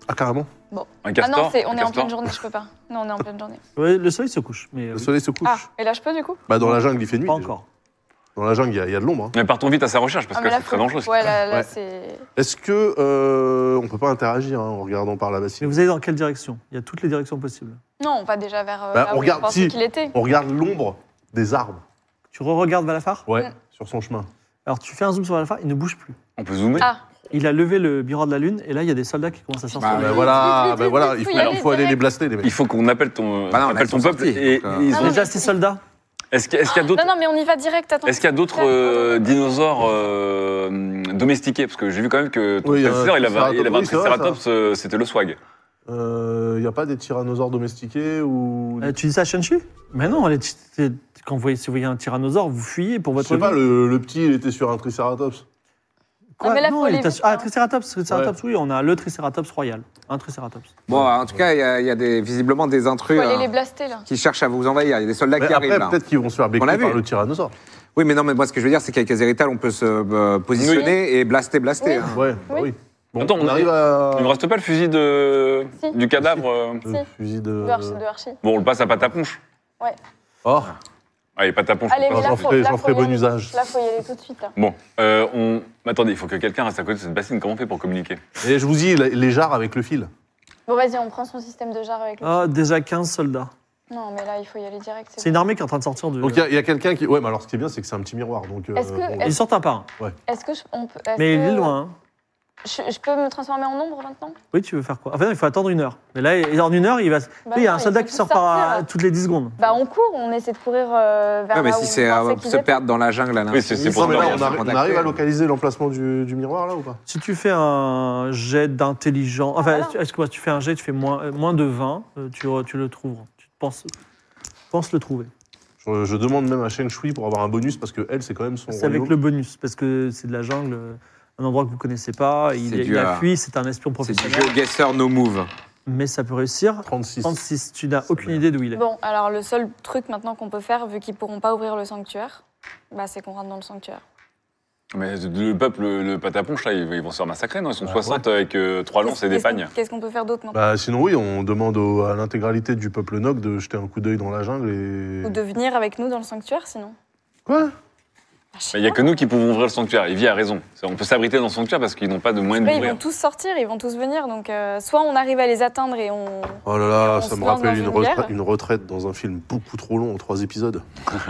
F: ah, carrément.
E: Un
D: Ah
E: castor
D: non, c'est- on
E: Un
D: est en
E: castor
D: pleine journée, je peux pas. Non, on est en pleine journée.
C: Ouais, le soleil se couche, mais euh,
F: Le soleil se couche.
D: Ah, et là je peux du coup
F: Bah, dans la jungle, il fait nuit.
C: pas
F: déjà.
C: encore.
F: Dans la jungle, il y, a- il y a de l'ombre. hein.
E: Mais partons vite à sa recherche parce
D: Ah,
E: que
D: mais là,
E: c'est très
D: faut-
E: dangereux.
D: Ouais, là, là,
F: Ouais.
D: c'est...
F: Est-ce que euh, on peut pas interagir hein, en regardant par la
C: Mais
F: bassine
C: vous allez dans quelle direction Il y a toutes les directions possibles.
D: Non, on va déjà vers euh,
F: Bah,
D: là
F: on
D: où
F: regarde
D: on pensait
F: si-
D: qu'il était.
F: On regarde l'ombre des arbres.
C: Tu re-regardes Valafar
F: Ouais.
D: Mm.
F: Sur son chemin.
C: Alors tu fais un zoom sur Valafar, il ne bouge plus.
E: On peut zoomer
D: Ah,
C: Il a levé le miroir de la lune et là il y a des soldats qui commencent à sortir.
B: Bah,
F: Ah,
B: oui.
F: bah,
D: vite,
F: voilà,
D: vite,
F: bah,
D: vite,
F: voilà,
D: vite,
F: il
D: faut
F: faut,
D: y
F: il
D: aller
F: faut aller
D: direct.
F: les blaster, les mecs.
E: Il faut qu'on appelle ton,
F: Ah
B: Bah non,
E: appelle
B: là, ils
E: ton
B: sont
E: peuple
B: sortis,
E: et
B: donc, euh,
E: ils ont-
D: Ah non, ah,
C: Déjà ces soldats,
E: Est-ce qu'il y a- est-ce qu'il y a d'autres
D: non, non, mais on y va direct, attends.
E: Est-ce qu'il y a d'autres euh, dinosaures euh, hum, domestiqués Parce que j'ai vu quand même que ton
F: Oui, il y a un
E: prédécesseur, il avait,
F: triceratops.
E: il avait un
F: Oui, c'est vrai, ça.
E: triceratops, euh, c'était le swag.
F: Il n'y a pas des tyrannosaures domestiqués ou.
C: Euh, tu dis ça à Shenshi Mais non, elle est- c'est- quand vous voyez, si vous voyez un tyrannosaure, vous fuyez pour
F: Je
C: votre
F: sais pas,
C: vie.
F: le, le petit, il était sur un triceratops.
C: Quoi
D: Ah, mais là,
C: Non,
D: faut
C: il
D: aller
C: est
D: vite,
C: assu- Ah,
D: hein.
C: Triceratops, Triceratops, oui, on a le Triceratops royal. Un Triceratops.
B: Bon, en tout cas, il y a, il y a des, visiblement des
D: Faut
B: intrus
D: aller
B: hein,
D: les blaster là.
B: qui cherchent à vous envahir. Il y a des soldats
F: Mais
B: Ah, qui
F: après,
B: arrivent là.
F: peut-être qu'ils vont se faire
B: On l'a
F: becquer
B: vu.
F: par le tyrannosaure.
B: Oui, mais non, mais moi, ce que je veux dire, c'est qu'avec les héritage, on peut se euh, positionner et blaster, blaster.
D: Oui.
B: hein.
F: Ouais, bah
D: Oui.
F: oui. Bon,
E: Attends,
F: on
E: on-
F: arrive à.
E: Il ne reste pas le fusil de...
D: Si.
E: du cadavre euh,
D: Si.
F: Le fusil de.
D: De Archie, de Archie.
E: Bon, on le passe à Pataponche.
F: Oh,
E: Allez, Pataponche.
D: Allez,
E: on
D: mais
E: passe.
D: là,
F: j'en
D: faut-
F: ferai,
D: là,
F: j'en
D: faut
F: ferai
D: y
F: bon
D: aller.
F: usage.
D: Là, faut y aller tout de suite. Là.
E: Bon, euh, on... attendez, il faut que quelqu'un reste à côté de cette bassine. Comment on fait pour communiquer
F: Et je vous dis, les les jarres avec le fil.
D: Bon, vas-y, on prend son système de jarre avec lui.
C: Ah, déjà 15 soldats.
D: Non, mais là, il faut y aller direct.
C: C'est
D: c'est
C: une armée qui est en train de sortir du.
F: Donc il y a- il y a, quelqu'un qui. Ouais, mais alors ce qui est bien, c'est que c'est un petit miroir. Donc, euh,
D: Est-ce que-
F: bon,
D: est-ce-
C: Ils sortent un par un.
D: bon. Est-ce que je, on peut. est-ce
C: Mais il
D: que
C: est loin. hein.
D: Je, je peux me transformer en ombre maintenant
C: Oui, tu veux faire quoi Enfin, non, il faut attendre une heure. Mais là, il- en une heure, il va. Là, il y a
D: Bah non,
C: un
D: il
C: soldat
D: faut
C: qui
D: tout
C: sort par euh,
D: sortir.
C: toutes les 10 secondes.
D: Bah, on court, on essaie de courir euh, vers
B: Ouais, mais
D: là
B: si
D: où
B: c'est
D: on
B: à
D: pensait qu'il
B: se
D: était.
B: perdre dans la jungle hein. à l'instant.
E: Oui, c'est c'est
F: Non,
E: pour
F: mais
E: ça.
F: là,
E: il y a
F: on,
E: ça.
F: arri- on arrive à localiser l'emplacement du, du miroir, là, ou pas
C: Si tu fais un jet d'intelligence. Enfin,
D: Voilà.
C: est-ce que moi, tu fais un jet, tu fais moins, euh, moins de 20, euh, tu, re- tu le trouveras. Tu penses, penses le trouver.
F: je, je demande même à Shen Shui pour avoir un bonus, parce que elle, c'est quand même son.
C: C'est avec
F: royaume.
C: le bonus, parce que c'est de la jungle, euh, un endroit que vous connaissez pas. Il,
B: C'est
C: est-
B: dû
C: il a
B: à-
C: fui, c'est un espion
B: C'est du
C: professionnel.
B: jeu guesser no move.
C: Mais ça peut réussir.
F: 36.
C: 36, tu n'as aucune
F: merde.
C: idée d'où il est.
D: Bon, alors le seul truc maintenant qu'on peut faire, vu qu'ils pourront pas ouvrir le sanctuaire, bah, c'est qu'on rentre dans le sanctuaire.
E: Ah Mais le peuple, le Pataponche, là, ils ils vont se faire massacrer, non Ils sont
F: Ah, Ouais,
E: 60 avec euh, trois lances et des
D: Qu'est-ce qu'on-
E: pagnes.
D: Qu'est-ce qu'on peut faire d'autre maintenant
F: Bah, sinon, oui, on demande au- à l'intégralité du peuple Nog de jeter un coup d'œil dans la jungle et.
C: Bah,
D: Ou de venir avec nous dans le sanctuaire sinon
F: Quoi
D: Bah, je sais
E: Mais Il n'y a
D: pas.
E: que nous qui pouvons ouvrir le sanctuaire. Evie a raison. C'est- On peut s'abriter dans le sanctuaire parce qu'ils n'ont pas de moyens de
D: Là, ils
E: l'ouvrir.
D: vont tous sortir, ils vont tous venir. Donc, euh, soit on arrive à les atteindre et on.
F: Oh là là,
D: On
F: ça
D: se
F: me
D: lance
F: rappelle
D: dans
F: une,
D: une
F: retra-
D: guerre
F: une retraite dans un film beaucoup trop long en trois épisodes.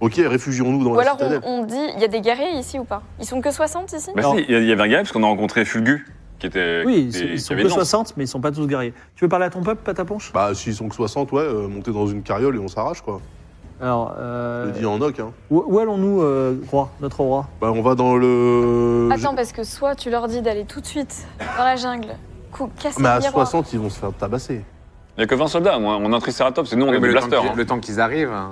F: ok, réfugions-nous dans
D: Ou
F: la
D: alors on,
F: citadelle.
D: on dit, il y a des guerriers ici ou pas Ils sont que 60 ici
E: Bah si, il y a- il y avait un gars, parce qu'on a rencontré Fulgu, qui était.
C: Oui,
E: qui
C: ils sont-
E: était-
C: ils
E: qui
C: sont
E: avait
C: que
E: une lance.
C: 60, mais ils sont pas tous guerriers. Tu veux parler à ton peuple, Pataponche
F: Bah, s'ils sont que 60, ouais, euh, monter dans une carriole et on s'arrache, quoi.
C: Euh. Alors,
F: Je
C: euh,
F: le dis en oc, hein.
C: où, où allons-nous, euh, roi, notre roi
F: Bah, on va dans le.
C: Bah,
D: Attends, parce que soit tu leur dis d'aller tout de suite dans la jungle, cou- casser
C: Bah,
F: mais
D: le
F: à
D: miroir.
F: 60, ils vont se faire tabasser.
E: Il n'y a que 20 soldats, moi. On a un triceratops, et nous, on
B: Oui,
E: a
B: mais
E: des
B: le, temps
E: blasters.
B: qu'ils-
E: hein.
B: le temps qu'ils arrivent. hein.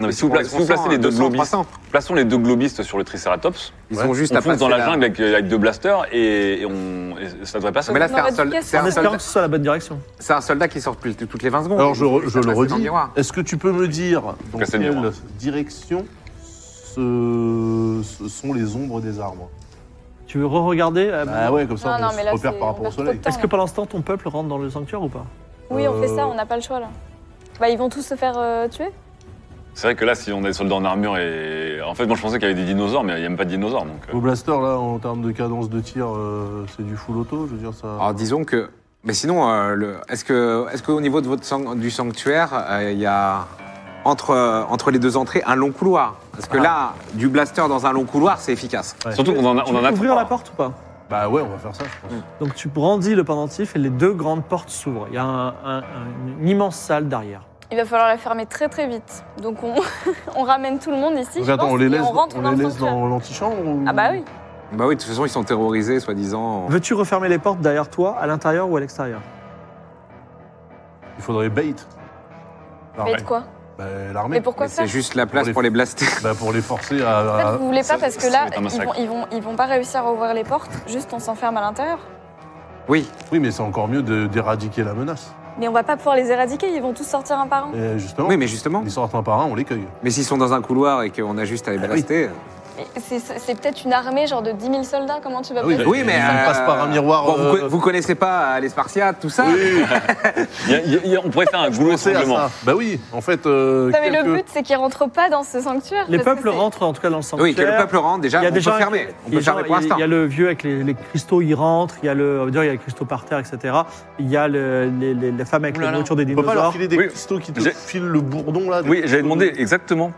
E: Non, mais
B: Ils
E: si vous,
B: sont hein,
E: placez, si vous
B: 200,
E: placez les deux
B: 200,
E: globistes,
B: 300.
E: plaçons les deux globistes sur le triceratops,
B: Ils
F: Ouais.
B: sont juste
E: on
B: à passer
E: fonce dans la
B: là.
E: jungle avec, euh, avec deux blasters et, et on, et ça devrait passer.
B: Mais là,
D: On
B: c'est un,
D: aurait dû
B: sol-
D: casser
B: c'est
D: un
B: un
C: En espérant
B: soldat,
C: que ce soit la bonne direction.
B: c'est un soldat qui sort plus- toutes les 20 secondes.
F: Alors, je, re- je
B: Ça
F: le
B: passe dans
F: redis.
B: miroir.
F: Est-ce que tu peux me dire dans
E: Casser
F: quelle
E: le miroir.
F: direction ce... ce sont les ombres des arbres
C: Tu veux re-regarder euh,
F: Bah, ouais, comme
D: Non,
F: ça, on
D: non, mais
F: se
D: là,
F: repère
D: c'est-
F: par
D: on
F: rapport au
D: perd trop de
F: soleil.
D: temps.
C: Est-ce que pendant ce temps, ton peuple rentre dans le sanctuaire ou pas
D: Oui, on fait
F: Euh,
D: ça, on n'a pas le choix là. Bah, ils vont tous se faire euh, tuer.
E: C'est vrai que là, si on a des soldats en armure et. En fait, moi, je pensais qu'il y avait des dinosaures, mais il n'y a même pas de dinosaures. Donc, euh,
F: Au blaster, là, en termes de cadence de tir, euh, c'est du full auto, je veux dire, ça.
C: Ah.
B: Alors disons que. Mais sinon, euh, le- est-ce que, est-ce qu'au niveau de votre san- du sanctuaire, euh, il y a entre euh, entre les deux entrées un long couloir Parce
C: Ah.
B: que là, du blaster dans un long couloir, c'est efficace.
F: Ouais.
E: Surtout qu'on en a,
C: Tu
E: Ah, on en
C: veux
E: a
C: ouvrir
E: trois.
C: la porte ou pas
F: Bah, ouais, on va faire ça, je pense.
C: Donc tu brandis le pendentif et les deux grandes portes s'ouvrent. Il y a un- un- un- une immense salle derrière.
D: Il va falloir la fermer très très vite. Donc on, on ramène tout le monde ici.
F: Donc,
D: je
F: attends,
D: pense,
F: on les
D: et
F: laisse,
D: on rentre
F: on
D: dans
F: les
D: le
F: laisse
D: sanctuaire.
F: dans l'antichambre ou-
D: Ah bah oui.
B: Bah oui, de toute façon, ils sont terrorisés, soi-disant.
C: Veux-tu refermer les portes derrière toi, à l'intérieur ou à l'extérieur
F: Il faudrait bait.
D: Mais de quoi
F: Bah, l'armée.
D: Mais pourquoi
B: Mais C'est
D: faire
B: juste la place
F: les-
B: pour les blaster.
F: Bah, Pour les forcer à.
D: En fait,
F: à-
D: vous voulez
E: ça-
D: pas parce
E: ça
D: que
E: va
D: là,
E: être un
D: ils
E: massacre.
D: vont, ils, vont, ils vont pas réussir à ouvrir les portes, juste on s'enferme à l'intérieur.
B: Oui,
F: Oui, mais c'est encore mieux de- d'éradiquer la menace.
D: Mais on va pas pouvoir les éradiquer, ils vont tous sortir un par un.
F: Et justement,
B: oui, mais justement.
F: ils sortent un par un, on les cueille.
B: Mais s'ils sont dans un couloir et qu'on a juste à les
F: Ah oui.
B: blaster.
D: Mais c'est- C'est c'est peut-être une armée genre de 10 000 soldats, comment tu vas
F: Ah oui,
D: faire
F: bah, ils en passent par un miroir,
B: bon, vous,
F: euh,
B: co- vous connaissez pas euh, les Spartiates, tout ça
E: Il y a- il y a- il y a- on pourrait faire un goulot
F: Pensez à
E: d'étranglement.
F: ça. Bah oui, en fait. euh,
D: Non, mais le
F: quelques-
D: but, c'est qu'ils rentrent pas dans ce sanctuaire.
C: Les
D: parce que
C: peuples
D: c'est-
C: rentrent en tout cas dans le sanctuaire.
B: Oui, que le peuple rentre déjà.
C: Il y a
B: on
C: des
B: peut
C: gens
B: fermer.
C: avec-
B: On
C: les
B: peut
C: gens-
B: fermer pour
C: il y a-
B: l'instant.
C: Il y a le vieux avec les, les cristaux, il rentre. Il y a le, on va dire, il y a les cristaux par terre, etc. Il y a le, les, les, les femmes avec
D: Oh
E: Ouh là
C: la
E: là.
C: nourriture des
F: On peut pas leur
C: dinosaures.
F: filer des
E: Oui.
F: cristaux qui te
E: J'ai-
F: filent le bourdon là. des
E: Oui,
F: cristaux
E: j'avais demandé
F: de-
E: exactement.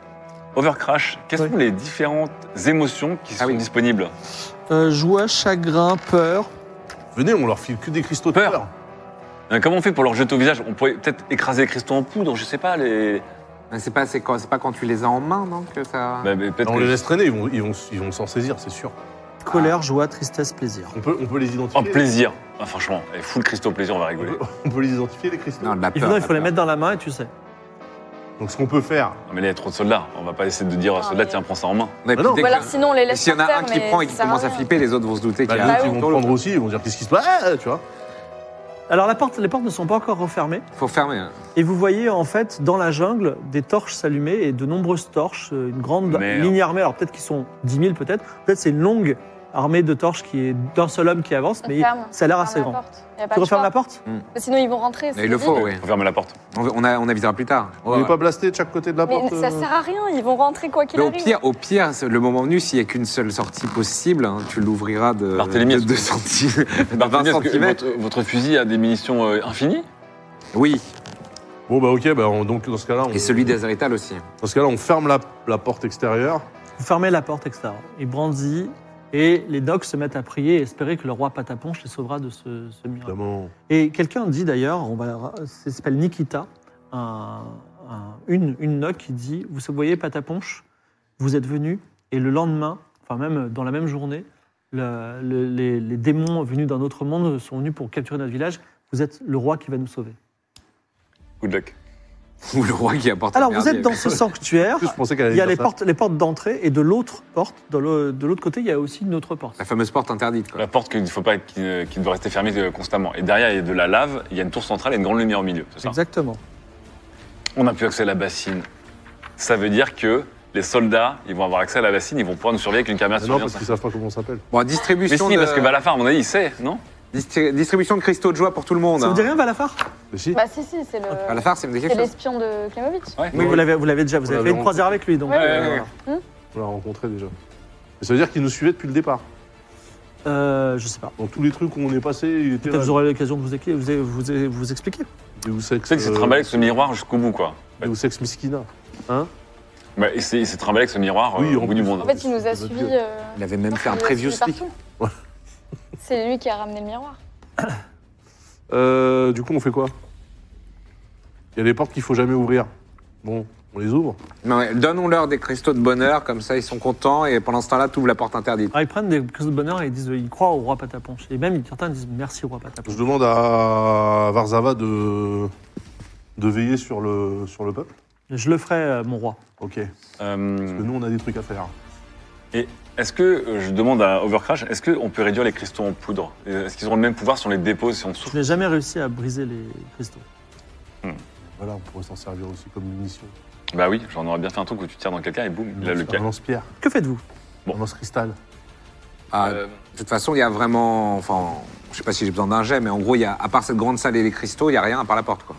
E: Overcrash, quelles
C: Oui.
E: sont les différentes émotions qui sont
B: Ah oui.
E: disponibles
C: Euh, joie, chagrin, peur.
F: Venez, on leur file que des cristaux de
E: Peur.
F: peur.
E: Euh, Comment on fait pour leur jeter au visage On pourrait peut-être écraser les cristaux en poudre, je sais pas. Les...
B: Mais C'est pas, c'est quand, c'est pas quand tu les as en main, non que ça...
E: Bah, mais peut-être
F: On
E: que-
F: les laisse traîner, ils vont, ils vont, ils vont s'en saisir, c'est sûr.
C: Colère, joie, tristesse, plaisir.
F: On peut, on peut les identifier.
E: Oh, plaisir Ah, Franchement, eh, full cristaux plaisir, on va
F: on,
E: rigoler.
F: peut, on peut les identifier les cristaux.
B: Non, de la
C: Il
B: peur.
C: faut, non, il
B: de
C: faut
B: la
C: les
B: peur.
C: mettre dans la main et tu sais.
F: Donc ce qu'on peut faire,
E: Non, mais là, il y a trop de soldats. On va pas essayer de dire,
D: Ah,
E: soldat,
D: mais-
E: tiens, prends ça en main.
B: Ouais, puis
F: Bah non.
B: dès
D: Ou
B: que-
D: alors sinon, on les laisse
B: S'il y en
D: par
B: a un
D: terre,
B: qui
D: mais
B: prend et
D: ça
B: qui
D: sert à
B: commence à
D: rien.
B: flipper, les autres vont se douter
F: bah,
B: qu'il y
F: les
B: a
D: Ah
F: autres
B: un
D: oui.
F: ils
B: truc
F: vont
B: dans
F: prendre
B: l'eau.
F: aussi, ils vont dire qu'est-ce qui se passe, Ah, tu vois.
C: Alors la porte, les portes ne sont pas encore refermées.
B: Faut fermer.
C: Et vous voyez en fait dans la jungle des torches s'allumer et de nombreuses torches, euh, une grande
E: Merde.
C: ligne armée. Alors peut-être qu'ils sont 10 000 peut-être. Peut-être c'est une longue armée de torches qui est d'un seul homme qui avance, mais
D: Ferme.
C: ça a l'air assez
D: Ferme la
C: grand.
D: porte. Ah, Y a
C: Ah,
D: pas
C: Tu
D: de
C: refermes
D: choix.
C: la porte
D: Sinon, ils vont rentrer.
B: Mais
D: c'est
B: il le
D: débile.
B: faut, oui.
E: On ferme la porte.
B: On, on a- on avisera plus tard.
F: On
B: Ouais,
F: n'est
B: ouais.
F: pas blasté de chaque côté de la
D: Mais
F: porte.
D: ça
F: euh.
D: sert à rien, ils vont rentrer quoi qu'il
B: Mais au
D: arrive.
B: pire, au pire, c'est- le moment venu, s'il n'y a qu'une seule sortie possible, hein, tu l'ouvriras de,
E: Barthélemy,
B: de
E: est-ce que-
B: 2 centi- de 20
E: Barthélemy, est-ce Bah, que
B: cm.
E: votre, votre fusil a des munitions euh, infinies
B: Oui,
F: Bon bah ok, bah, on- donc dans ce cas-là, on,
B: et celui d'Azerital aussi. hein.
F: dans ce cas-là, on ferme la, la porte extérieure.
C: Vous fermez la porte, etc. Il brandit et les docs se mettent à prier et espérer que le roi Pataponche les sauvera de ce, ce miracle.
F: Évidemment.
C: Et quelqu'un dit d'ailleurs, on va, ça s'appelle Nikita, un- un- une, une noc qui dit, vous voyez Pataponche, vous êtes venu, et le lendemain, enfin même dans la même journée, le- le- les, les démons venus d'un autre monde sont venus pour capturer notre village, vous êtes le roi qui va nous sauver.
E: Good luck.
B: Ou le roi qui apporte
C: Alors vous êtes dans ce sanctuaire,
F: En plus, je pensais qu'elle allait
C: il y a
F: dire
C: les
F: ça.
C: portes, les portes d'entrée, et de l'autre porte, dans le- de l'autre côté, il y a aussi une autre porte.
B: La fameuse porte interdite, quoi.
E: La porte qu'il ne faut pas, qui, euh, qui doit rester fermée euh, constamment. Et derrière, il y a de la lave, il y a une tour centrale et une grande lumière au milieu. C'est ça
C: Exactement.
E: On n'a plus accès à la bassine. Ça veut dire que les soldats, ils vont avoir accès à la bassine, ils vont pouvoir nous surveiller avec une caméra de
F: Ah Non, parce
E: surveillance.
F: qu'ils savent pas comment on s'appelle.
B: Bon,
E: Mais si,
B: distribution, de...
E: parce que bah, Valafar, à mon avis, il sait, non
B: distri- distribution de cristaux de joie pour tout le monde.
C: Ça vous dit
B: hein.
C: rien, Valafar
F: Mais si.
D: Bah si, si, c'est le...
B: À la farce, ça me dit
D: c'est
B: quelque chose.
D: l'espion de Klemovic.
C: Oui, vous l'avez vous l'avez déjà, vous
F: On
C: avez
F: l'avait
C: fait une croisière avec lui, donc...
D: Ouais,
E: ouais,
C: euh,
E: ouais.
F: On l'a rencontré déjà. Mais ça veut dire qu'ils nous suivaient depuis le départ.
C: euh, je sais pas.
F: Dans tous les trucs où on est passé, il était
C: Peut-être
F: là.
C: vous aurez l'occasion de vous, éclairer- vous, vous, vous expliquer.
F: Deus
E: Tu
F: Ex,
E: sais qu'il s'est
F: euh,
E: trimballé avec ce miroir jusqu'au bout, quoi.
F: Deus Ex Miskina.
E: Bah, il s'est il s'est trimballé avec ce miroir euh,
F: Oui, en
E: au bout du
F: plus.
E: monde.
D: En fait, il nous a suivis... euh,
B: Il avait même
D: donc,
B: fait
D: il
B: un
D: nous a
B: preview
D: suivis
B: sneak.
D: partout.
F: Ouais.
D: C'est lui qui a ramené le miroir.
F: Euh, du coup, on fait quoi Il y a des portes qu'il faut jamais ouvrir. Bon, on les ouvre.
B: Non, mais Donnons-leur des cristaux de bonheur, comme ça ils sont contents, et pendant ce temps-là, tu ouvres la porte interdite.
C: Alors, Ah, ils prennent des crises de bonheur et ils disent ils croient au roi Pataponche. Et même certains disent merci au roi Pataponche.
F: Je demande à Varzava de, de veiller sur le, sur le peuple.
C: Je le ferai, euh, mon roi.
F: Ok. Parce que
E: Euh,
F: nous, on a des trucs à faire.
E: Est-ce que, euh, je demande à Overcrash, est-ce qu'on peut réduire les cristaux en poudre Euh, Est-ce qu'ils auront le même pouvoir si on les dépose, si on souffle
C: Je n'ai jamais réussi à briser les cristaux.
F: Voilà, on pourrait s'en servir aussi comme munition.
E: Bah oui, j'en aurais bien fait un truc où tu tires dans quelqu'un et boum, il a le cas.
F: Un lance-pierre,
C: Que faites-vous
F: un lance-cristal.
B: Ah,
E: Euh,
B: De toute façon, il y a vraiment. Enfin, je sais pas si j'ai besoin d'un jet, mais en gros, il y a, à part cette grande salle et les cristaux, il n'y a rien à part la porte, quoi.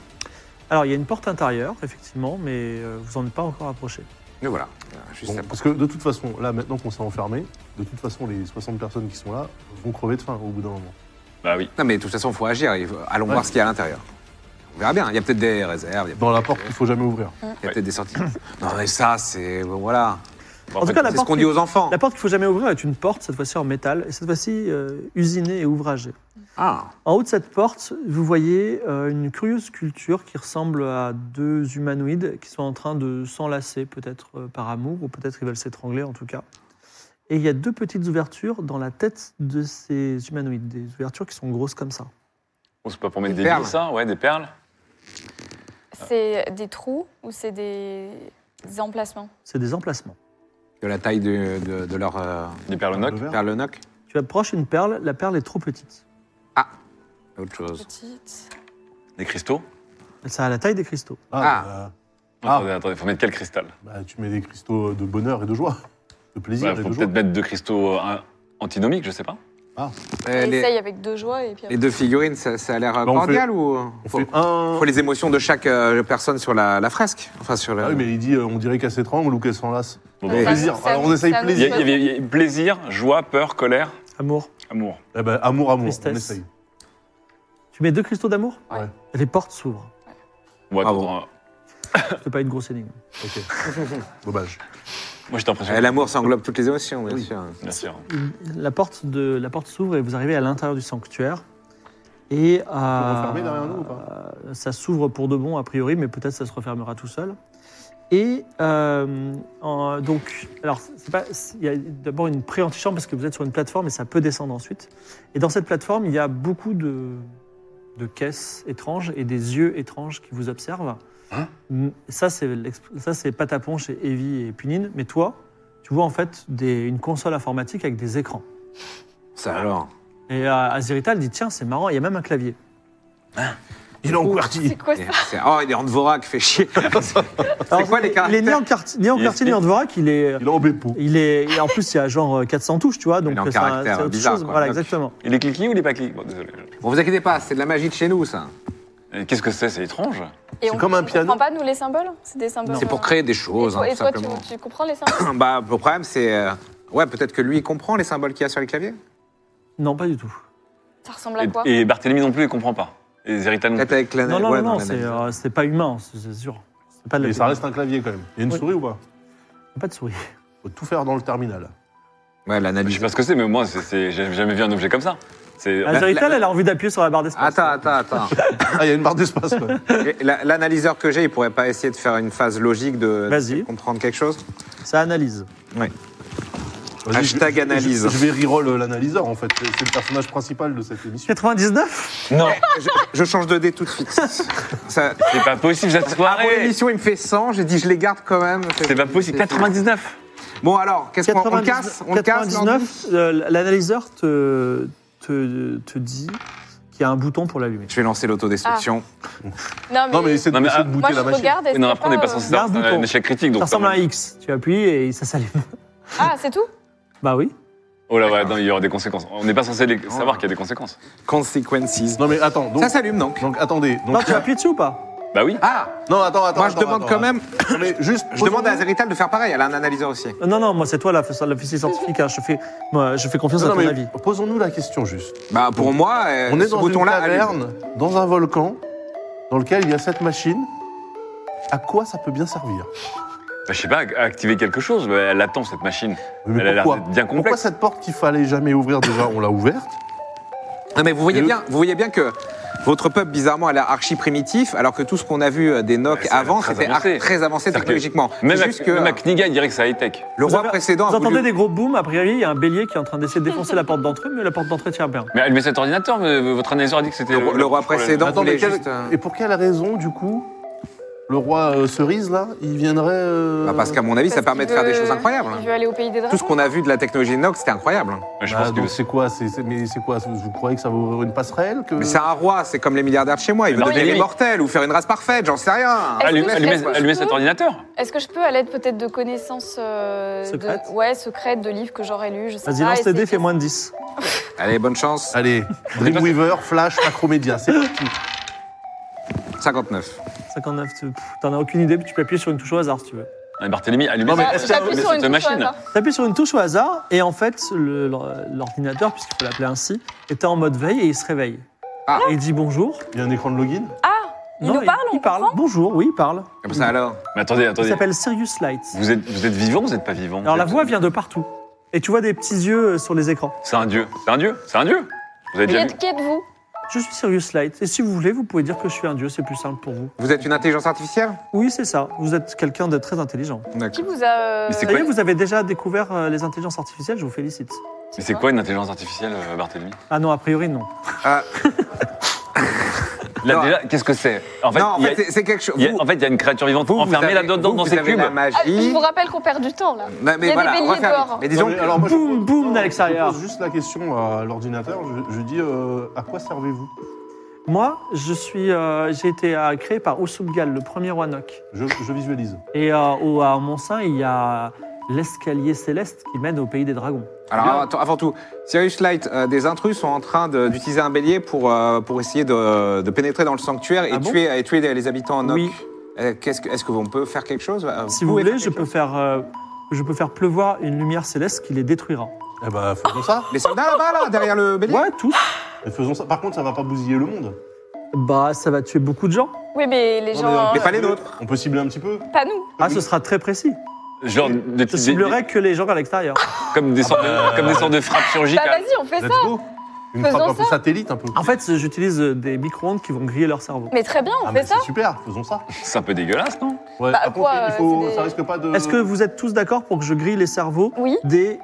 C: Alors, il y a une porte intérieure, effectivement, mais euh, vous n'en êtes pas encore approché.
B: Mais voilà. Juste
F: Bon,
B: la porte.
F: parce que de toute façon, là, maintenant qu'on s'est enfermé, de toute façon, les 60 personnes qui sont là vont crever de faim au bout d'un moment.
E: Bah oui.
B: Non, mais de toute façon, il faut agir. il faut- Allons
F: Ouais.
B: voir ce qu'il y a à l'intérieur. On verra bien. Il y a peut-être des réserves, il y a,
F: Dans la porte, il faut jamais ouvrir.
B: il y a peut-être des sorties. Non, mais ça, c'est. bon, Voilà.
E: Bon,
C: En tout cas, la
B: C'est ce
C: porte,
B: qu'on dit aux enfants.
C: la porte qu'il ne faut jamais ouvrir est une porte, cette fois-ci en métal, et cette fois-ci euh, usinée et ouvragée.
B: Ah,
C: En haut de cette porte, vous voyez euh, une curieuse sculpture qui ressemble à deux humanoïdes qui sont en train de s'enlacer, peut-être euh, par amour, ou peut-être ils veulent s'étrangler en tout cas. Et il y a deux petites ouvertures dans la tête de ces humanoïdes, des ouvertures qui sont grosses comme ça.
E: on se peut pas pour mettre
B: Des
E: des billes,
B: perles.
E: ça Ouais, des perles
D: C'est des trous ou c'est des... des emplacements
C: C'est des emplacements.
B: De la taille de, de- de leur euh,
E: Des perlonocs
F: Le verre.
B: perle noc
C: Tu approches une perle, la perle est trop petite.
B: Autre chose.
D: Petites.
E: Des cristaux
C: Ça a la taille des cristaux.
B: Ah.
F: Ah.
E: Attendez, attendez, faut mettre quel cristal
F: bah, bah, tu mets des cristaux de bonheur et de joie, de plaisir
E: Bah,
F: et
E: Faut
F: de joie.
E: peut-être mettre deux cristaux euh, un- antinomiques, je sais pas.
B: Euh, les,
D: Essaye avec deux joies et puis
B: les deux figurines, ça, ça a l'air euh,
F: Bah, on
B: cordial ou
F: On
B: faut,
F: fait un.
B: faut les émotions de chaque euh, personne sur la, la fresque Enfin, sur le...
F: Ah oui, mais il dit, euh, on dirait qu'elle s'étrangle ou qu'elle s'enlace.
E: Bon,
B: Ouais.
E: bah,
F: plaisir.
D: Ça-
F: Alors, on essaye
D: ça nous
E: Il y,
F: plaisir.
E: a- il y avait- il y a plaisir, joie, peur, colère,
C: Amour.
E: amour.
F: Eh ben, amour, amour, on
C: Tristesse.
F: essaye.
C: Tu mets deux cristaux d'amour
F: Ouais.
C: Les portes s'ouvrent.
E: Bon,
B: Bravo.
E: attends, euh,
C: C'est pas une grosse énigme.
F: Ok. Dommage.
E: moi j'étais impressionné.
B: Euh, L'amour, ça englobe toutes les émotions, bien
F: Oui.
B: sûr.
E: Bien sûr.
C: La porte de la porte s'ouvre et vous arrivez à l'intérieur du sanctuaire. Et euh,
F: refermer derrière nous ou pas
C: euh, ça s'ouvre pour de bon a priori, mais peut-être ça se refermera tout seul. Et euh, en- donc, alors c'est pas, il y a d'abord une pré-antichambre parce que vous êtes sur une plateforme et ça peut descendre ensuite. Et dans cette plateforme, il y a beaucoup de, de caisses étranges et des yeux étranges qui vous observent.
E: Hein
C: Mm, ça c'est l'exp- ça c'est Patapon chez Evie et Punine, mais toi, tu vois en fait des- une console informatique avec des écrans.
B: Ça alors.
C: Et euh, Azirita, elle dit tiens, c'est marrant, il y a même un clavier.
F: Il est en
D: C'est
F: QWERTY
D: quoi ça
B: Et c'est- Oh, il est en Dvorak, fait chier. c'est quoi les
C: Il est ni
B: caractères
C: en quartier, ni en,
E: Il est
C: quartier, ni en Dvorak, il est.
F: Il est en Beppo.
C: Il est, et en plus, il y a genre euh, 400 touches, tu vois, donc
B: Il est en
C: c'est un-
B: caractère
C: c'est autre
B: bizarre,
C: chose.
B: quoi.
C: Voilà,
B: Donc-
C: exactement.
E: Il est cliqué ou il est pas cliqué Bon, désolé.
B: Bon, vous inquiétez pas, c'est de la magie de chez nous, ça.
E: Et Qu'est-ce que c'est C'est étrange.
D: Et
F: C'est comme un piano.
D: On comprend pas nous les symboles C'est des symboles.
B: C'est pour
D: euh,
B: créer des
D: Et
B: choses,
D: toi,
B: hein,
D: et
B: tout
D: toi,
B: simplement.
D: tu, tu comprends les symboles
B: Bah, le problème, c'est. euh, Ouais, peut-être que lui, il comprend les symboles qu'il y a sur les claviers.
C: Non, pas du tout.
D: Ça ressemble à
E: Et-
D: quoi
E: Et, Barthélemy non plus, il comprend pas. Et Zerita non
B: Peut-être avec la...
C: Non, non,
B: ouais,
C: non, non,
B: la-
C: c'est euh, c'est pas humain, c'est c'est sûr. C'est pas de la-
F: Mais ça reste un clavier quand même. Il y a une
C: Oui.
F: souris ou pas
C: Pas de souris.
F: Faut tout faire dans le terminal.
D: euh,
B: Ouais,
E: Je
B: l'analyse.
E: sais pas ce que c'est, mais moi, c'est- c'est- j'ai jamais vu un objet comme ça. C'est
B: la-
C: Azirita, elle a envie d'appuyer sur la barre d'espace.
B: Attends, attends, attends.
F: Ah, il y a une barre d'espace quand même.
B: Et la- L'analyseur que j'ai, il pourrait pas essayer de faire une phase logique de,
C: Vas-y.
B: de comprendre quelque chose
C: Ça analyse.
F: Vas-y,
B: Hashtag
F: je- je-
B: analyse.
F: Je, je vais reroll euh, l'analyseur en fait. C'est c'est le personnage principal de cette émission.
C: 99
E: Non,
B: je, je change de dé tout de suite. Ça,
E: c'est pas possible cette
B: avant
E: soirée.
B: l'émission, il me fait 100, j'ai dit je les garde quand même.
E: C'est pas possible. 99.
B: Bon, alors, qu'est-ce qu'on on le casse On le casse l'ordi
C: 99, euh, l'analyseur te, te, te dit qu'il y a un bouton pour l'allumer.
B: Je vais lancer l'autodestruction.
D: Non, mais,
F: Non, mais essaie de,
E: Non, mais,
F: essaie de
E: ah,
F: bouter
D: moi, je
F: la machine.
D: regarde. est-ce
E: Non,
D: que
E: après, on n'est pas
D: euh,
E: censé
C: Il y a un
E: savoir. C'est un
C: bouton.
E: échec critique.
C: Ça
E: Donc
C: ressemble à
E: ça-
C: un X. Tu appuies et ça s'allume.
D: Ah, c'est tout
C: Bah oui.
E: Oh là, ouais, non, il y aura des conséquences. On n'est pas censé les- savoir
B: Oh.
E: qu'il y a des conséquences.
B: Consequences.
F: Non mais attends. Donc,
B: Ça s'allume donc.
F: donc attendez. Donc,
C: Non, tu appuies dessus ou pas
E: Bah oui.
B: Ah
F: non attends attends.
B: Moi, je
F: attends,
B: demande
F: attends,
B: quand même-
F: attends. Non, mais juste.
B: Je demande à Zerital de faire pareil, elle a un analyseur aussi.
C: Euh, Non, non, moi c'est toi la l'officier scientifique. hein. Je, fais, moi, je fais confiance
F: Non,
C: à
F: non,
C: ton
F: mais
C: avis.
F: Posons-nous la question juste.
B: Bah pour moi, euh,
F: On est
B: ce
F: dans une
B: bouton-là allume.
F: caverne, dans un volcan, dans lequel il y a cette machine. À quoi ça peut bien servir
E: Bah, je sais pas, à- à activer quelque chose. Bah, Elle attend cette machine.
F: Mais
E: Elle a l'air
F: pourquoi
E: d'être bien
F: Pourquoi
E: complexe.
F: cette porte qu'il fallait jamais ouvrir déjà, on l'a ouverte
B: Non, mais vous voyez
F: Et
B: bien, vous voyez bien que votre peuple bizarrement a l'air archi primitif, alors que tout ce qu'on a vu euh, des Nocs
E: Ouais, ça a l'air
B: avant,
E: très
B: c'était
E: avancé.
B: ar- très avancé
E: C'est-à-dire que
B: technologiquement.
E: Même,
B: C'est
E: à,
B: juste que
E: même à
B: euh,
E: Kniga, il dirait que c'est high-tech.
B: le
C: Vous
B: roi
C: avez-
B: précédent
C: Vous
B: a voulu-
C: entendez des gros booms, a priori il y a un bélier qui est en train d'essayer de défoncer la porte d'entrée, mais la porte d'entrée tient bien.
E: Mais allumez cet ordinateur, mais votre analyseur a dit que c'était.
B: Le roi- le roi précédent. Donc,
F: Attends,
B: vous
F: mais
B: voulez
F: quel-
B: juste, euh,
F: Et pour quelle raison, du coup, le roi euh, Cerise, là, il viendrait... euh,
B: Bah, parce qu'à mon avis, ça
D: Parce
B: permet
D: qu'il
B: de faire des
D: veut-
B: choses incroyables. hein.
D: Il veut aller au pays des dragons.
B: Tout ce qu'on a vu de la technologie Noc, c'était incroyable.
E: Ouais, Je
F: Bah,
E: pense que.
F: donc c'est quoi c'est, c'est- Mais c'est quoi Vous vous croyez que ça va ouvrir une passerelle que...
B: Mais c'est un roi, c'est comme les milliardaires de chez moi, ils veulent
E: Non,
B: devenir
E: mais-
B: immortels ou faire une race parfaite, j'en sais rien.
D: Est-ce
E: Allumez,
D: que-
E: allumez-
D: est-ce que je
E: allumez
D: peux
E: cet ordinateur.
D: Est-ce que je peux, à l'aide peut-être de connaissances. euh, de-
C: Secrètes
D: Ouais, secrètes, de livres que j'aurais lus, je sais
C: Vas-y,
D: pas.
C: lance tes dés,
D: essayer-
C: fais moins de 10.
B: Allez, bonne chance.
F: Allez, Dreamweaver, Flash, Macromédia, c'est parti.
B: 59.
C: 59, tu- pff, t'en as aucune idée, puis tu peux appuyer sur une touche au hasard si tu veux.
E: Ah, Barthélemy, allumez
F: Non, mais
E: cette-
F: est-ce que-
E: allumez
D: J'appuie sur une hein.
E: cette
D: touche au
E: machine.
D: hasard.
C: T'appuies sur une touche au hasard, et en fait le- l'or- l'ordinateur, puisqu'il faut l'appeler ainsi, était en mode veille et il se réveille.
B: Ah.
C: Et il dit bonjour.
F: Il y a un écran de login
D: Ah Il nous
C: il,
D: parle,
C: il
D: on
C: parle.
D: parle.
C: Bonjour, oui, il parle.
B: Comme ça alors
E: Mais attendez,
C: Il
E: attendez.
C: s'appelle Sirius Light.
E: Vous êtes, vous êtes vivant ou vous n'êtes pas vivant
C: Mm. Alors la
E: Vous êtes-
C: voix vient de partout. Et tu vois des petits yeux euh, sur les écrans.
E: C'est un dieu. C'est un dieu. C'est un dieu. Vous avez
D: Qui
E: déjà vu
D: êtes- qui êtes-vous
C: Je suis Sirius Light. Et si vous voulez, vous pouvez dire que je suis un dieu, c'est plus simple pour vous.
B: Vous êtes une intelligence artificielle
C: Oui, c'est ça. Vous êtes quelqu'un de très intelligent.
D: Qui
B: D'accord.
D: vous a. euh,
E: Mais c'est
C: Ça y
E: quoi
C: est, vous avez déjà découvert euh, les intelligences artificielles, je vous félicite.
E: Mais c'est quoi une intelligence artificielle, euh, Barthélemy
C: Ah non, a priori, non.
B: Ah,
E: Là,
B: Non.
E: déjà, qu'est-ce que c'est En fait,
B: non, en
E: il y a-
B: fait, c'est- c'est quelque chose.
E: il y a-
B: vous-
E: en fait, il y a une créature vivante
B: vous, vous
E: enfermée
B: avez-
E: là-dedans
B: vous,
E: dans
B: vous
E: ces
B: avez
E: cubes.
B: la
D: Ah, Je
B: magie.
D: vous rappelle qu'on perd du temps là.
B: Non, mais
D: Il y a
B: voilà,
D: des béliers
B: referme.
D: dehors.
B: Mais disons
F: Non, mais
B: que-
F: alors moi, je
C: boum,
F: pose-
C: boum,
F: non,
C: de
F: je-
C: l'extérieur.
F: Je pose juste la question à l'ordinateur. Je, je dis euh, à quoi servez-vous
C: Moi, je suis, euh, j'ai été euh, créé par Osubgal, le premier roi Nok.
F: je, je visualise.
C: Et euh, au, à Mont-Saint, il y a l'escalier céleste qui mène au pays des dragons.
B: Alors attends, avant tout, Sirius Light, euh, des intrus sont en train de- d'utiliser un bélier pour, euh, pour essayer de, de pénétrer dans le sanctuaire et,
C: Ah bon
B: tuer, et tuer les- les habitants en
C: Oui.
B: Est-ce que- est-ce qu'on peut faire quelque chose Euh,
C: Si vous,
B: pouvez
C: voulez,
B: faire
C: je
B: quelque
C: peux,
B: chose
C: faire, euh, je peux faire pleuvoir une lumière céleste qui les détruira.
F: Eh ben, faisons ça.
B: Les soldats là-bas, là, derrière le bélier
C: Ouais, tous.
F: Mais faisons ça. Par contre, ça va pas bousiller le monde.
C: Bah, ça va tuer beaucoup de gens.
D: Oui, mais les
F: Non, mais on
D: gens. euh,
B: Mais
F: peut-
B: pas les nôtres.
F: On peut cibler un petit peu.
D: Pas nous.
C: Ah, ce sera très précis.
E: Genre, de-
C: Je
E: des-
C: ciblerai que les gens à l'extérieur.
E: comme
B: Ah
E: des sortes
B: bah,
E: de, comme des sortes de frappes chirurgicales.
D: Bah vas-y, on fait
F: Let's
D: ça.
F: go. Une
D: Faisons
F: frappe un peu
D: ça. Ah
F: satellite, un peu.
C: En fait, j'utilise des micro-ondes qui vont griller leur cerveau.
D: Mais très bien, on
F: Ah, mais
D: fait ça.
F: c'est super, faisons ça.
E: C'est un peu dégueulasse, non
F: Ouais,
D: Bah,
F: par
D: quoi,
F: contre, il
D: euh,
F: faut,
D: c'est des-
F: ça risque pas de.
C: Est-ce que vous êtes tous d'accord pour que je grille les cerveaux
D: Oui.
C: des